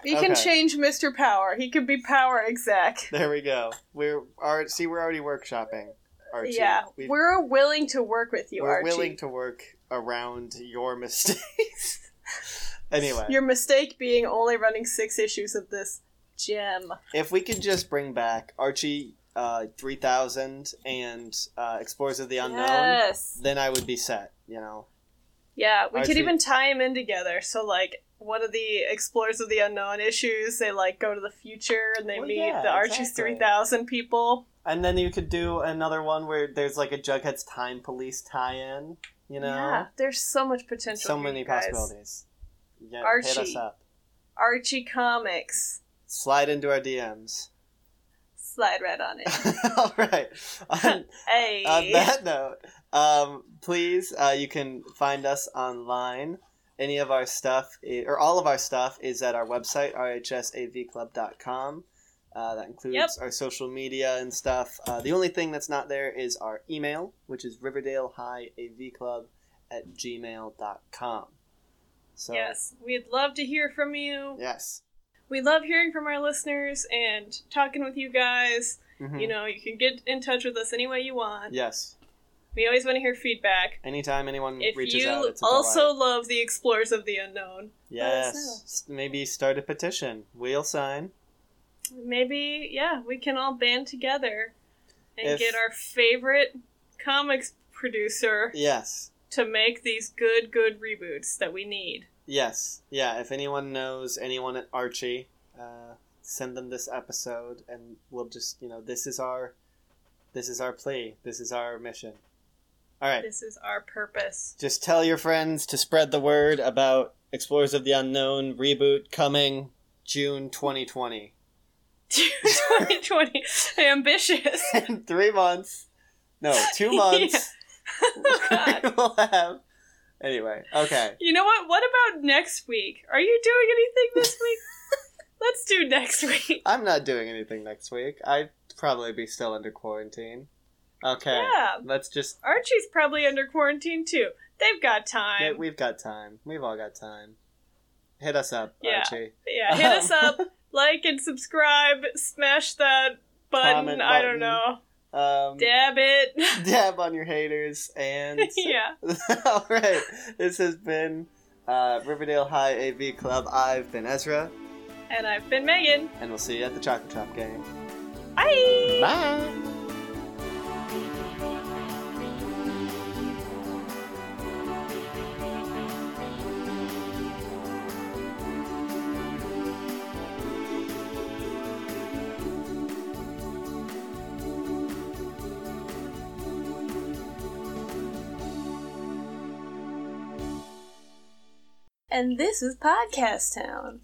Speaker 2: You can
Speaker 1: Okay.
Speaker 2: change Mr. Power. He could be Power exec.
Speaker 1: there we go. We're are, see, we're already workshopping, Archie.
Speaker 2: Yeah,
Speaker 1: we are
Speaker 2: we're willing to work with you, Archie.
Speaker 1: willing to work around your mistakes. anyway,
Speaker 2: Your mistake being only running six issues of this gem.
Speaker 1: if we could just bring back Archie uh, three thousand and uh, Explorers of the Unknown,
Speaker 2: Yes.
Speaker 1: then I would be set. You know,
Speaker 2: Yeah, we could
Speaker 1: Archie-
Speaker 2: even tie them in together. So like one of the Explorers of the Unknown issues, they like go to the future and they
Speaker 1: Well,
Speaker 2: meet
Speaker 1: yeah,
Speaker 2: the Archie's
Speaker 1: exactly.
Speaker 2: three thousand people.
Speaker 1: and then you could do another one where there's like a Jughead's Time Police tie-in. You know.
Speaker 2: Yeah, there's so much potential.
Speaker 1: so
Speaker 2: here,
Speaker 1: many
Speaker 2: you guys.
Speaker 1: possibilities. Yeah, hit us
Speaker 2: Archie.
Speaker 1: up.
Speaker 2: Archie comics.
Speaker 1: Slide into our DMs.
Speaker 2: Slide right on it.
Speaker 1: All right. On,
Speaker 2: hey.
Speaker 1: on that note, um, please, uh, you can find us online. Any of our stuff, i- or all of our stuff, is at our website, rhsavclub.com. Uh, that includes
Speaker 2: Yep.
Speaker 1: our social media and stuff. Uh, the only thing that's not there is our email, which is riverdalehighAVclub at gmail.com. So,
Speaker 2: Yes, we'd love to hear from you.
Speaker 1: Yes.
Speaker 2: We love hearing from our listeners and talking with you guys.
Speaker 1: Mhm.
Speaker 2: You know, you can get in touch with us any way you want.
Speaker 1: yes.
Speaker 2: We always want to hear feedback.
Speaker 1: Anytime anyone
Speaker 2: If
Speaker 1: reaches
Speaker 2: you
Speaker 1: out, it's a
Speaker 2: also
Speaker 1: delight.
Speaker 2: love the Explorers of the Unknown, let us
Speaker 1: yes, S- maybe start a petition. We'll sign.
Speaker 2: maybe, yeah, we can all band together and
Speaker 1: If-
Speaker 2: get our favorite comics producer
Speaker 1: Yes,
Speaker 2: to make these good, good reboots that we need.
Speaker 1: yes, yeah. If anyone knows anyone at Archie, uh, send them this episode, and we'll just you know this is our this is our plea. This is our mission. All right.
Speaker 2: This is our purpose.
Speaker 1: Just tell your friends to spread the word about Explorers of the Unknown reboot coming June 2020.
Speaker 2: 2020. Ambitious.
Speaker 1: In three months, no, two months.
Speaker 2: Oh,
Speaker 1: we will have. Anyway, okay.
Speaker 2: You know what? What about next week? Are you doing anything this week? Let's do next week.
Speaker 1: I'm not doing anything next week. I'd probably be still under quarantine. Okay.
Speaker 2: Yeah.
Speaker 1: Let's just.
Speaker 2: Archie's probably under quarantine too. They've got
Speaker 1: Yeah,
Speaker 2: time.
Speaker 1: we've got time. We've all got time. Hit us up,
Speaker 2: Yeah.
Speaker 1: Archie.
Speaker 2: Yeah, hit us up, like and subscribe, smash that button.
Speaker 1: Comment
Speaker 2: I don't
Speaker 1: button.
Speaker 2: know.
Speaker 1: Um,
Speaker 2: Dab it.
Speaker 1: dab on your haters. And.
Speaker 2: yeah.
Speaker 1: all right. This has been uh, Riverdale High AV Club. I've been Ezra,
Speaker 2: And I've been Megan.
Speaker 1: and we'll see you at the Chocolate Shop game.
Speaker 2: Bye.
Speaker 1: Bye.
Speaker 2: and this is Podcast Town.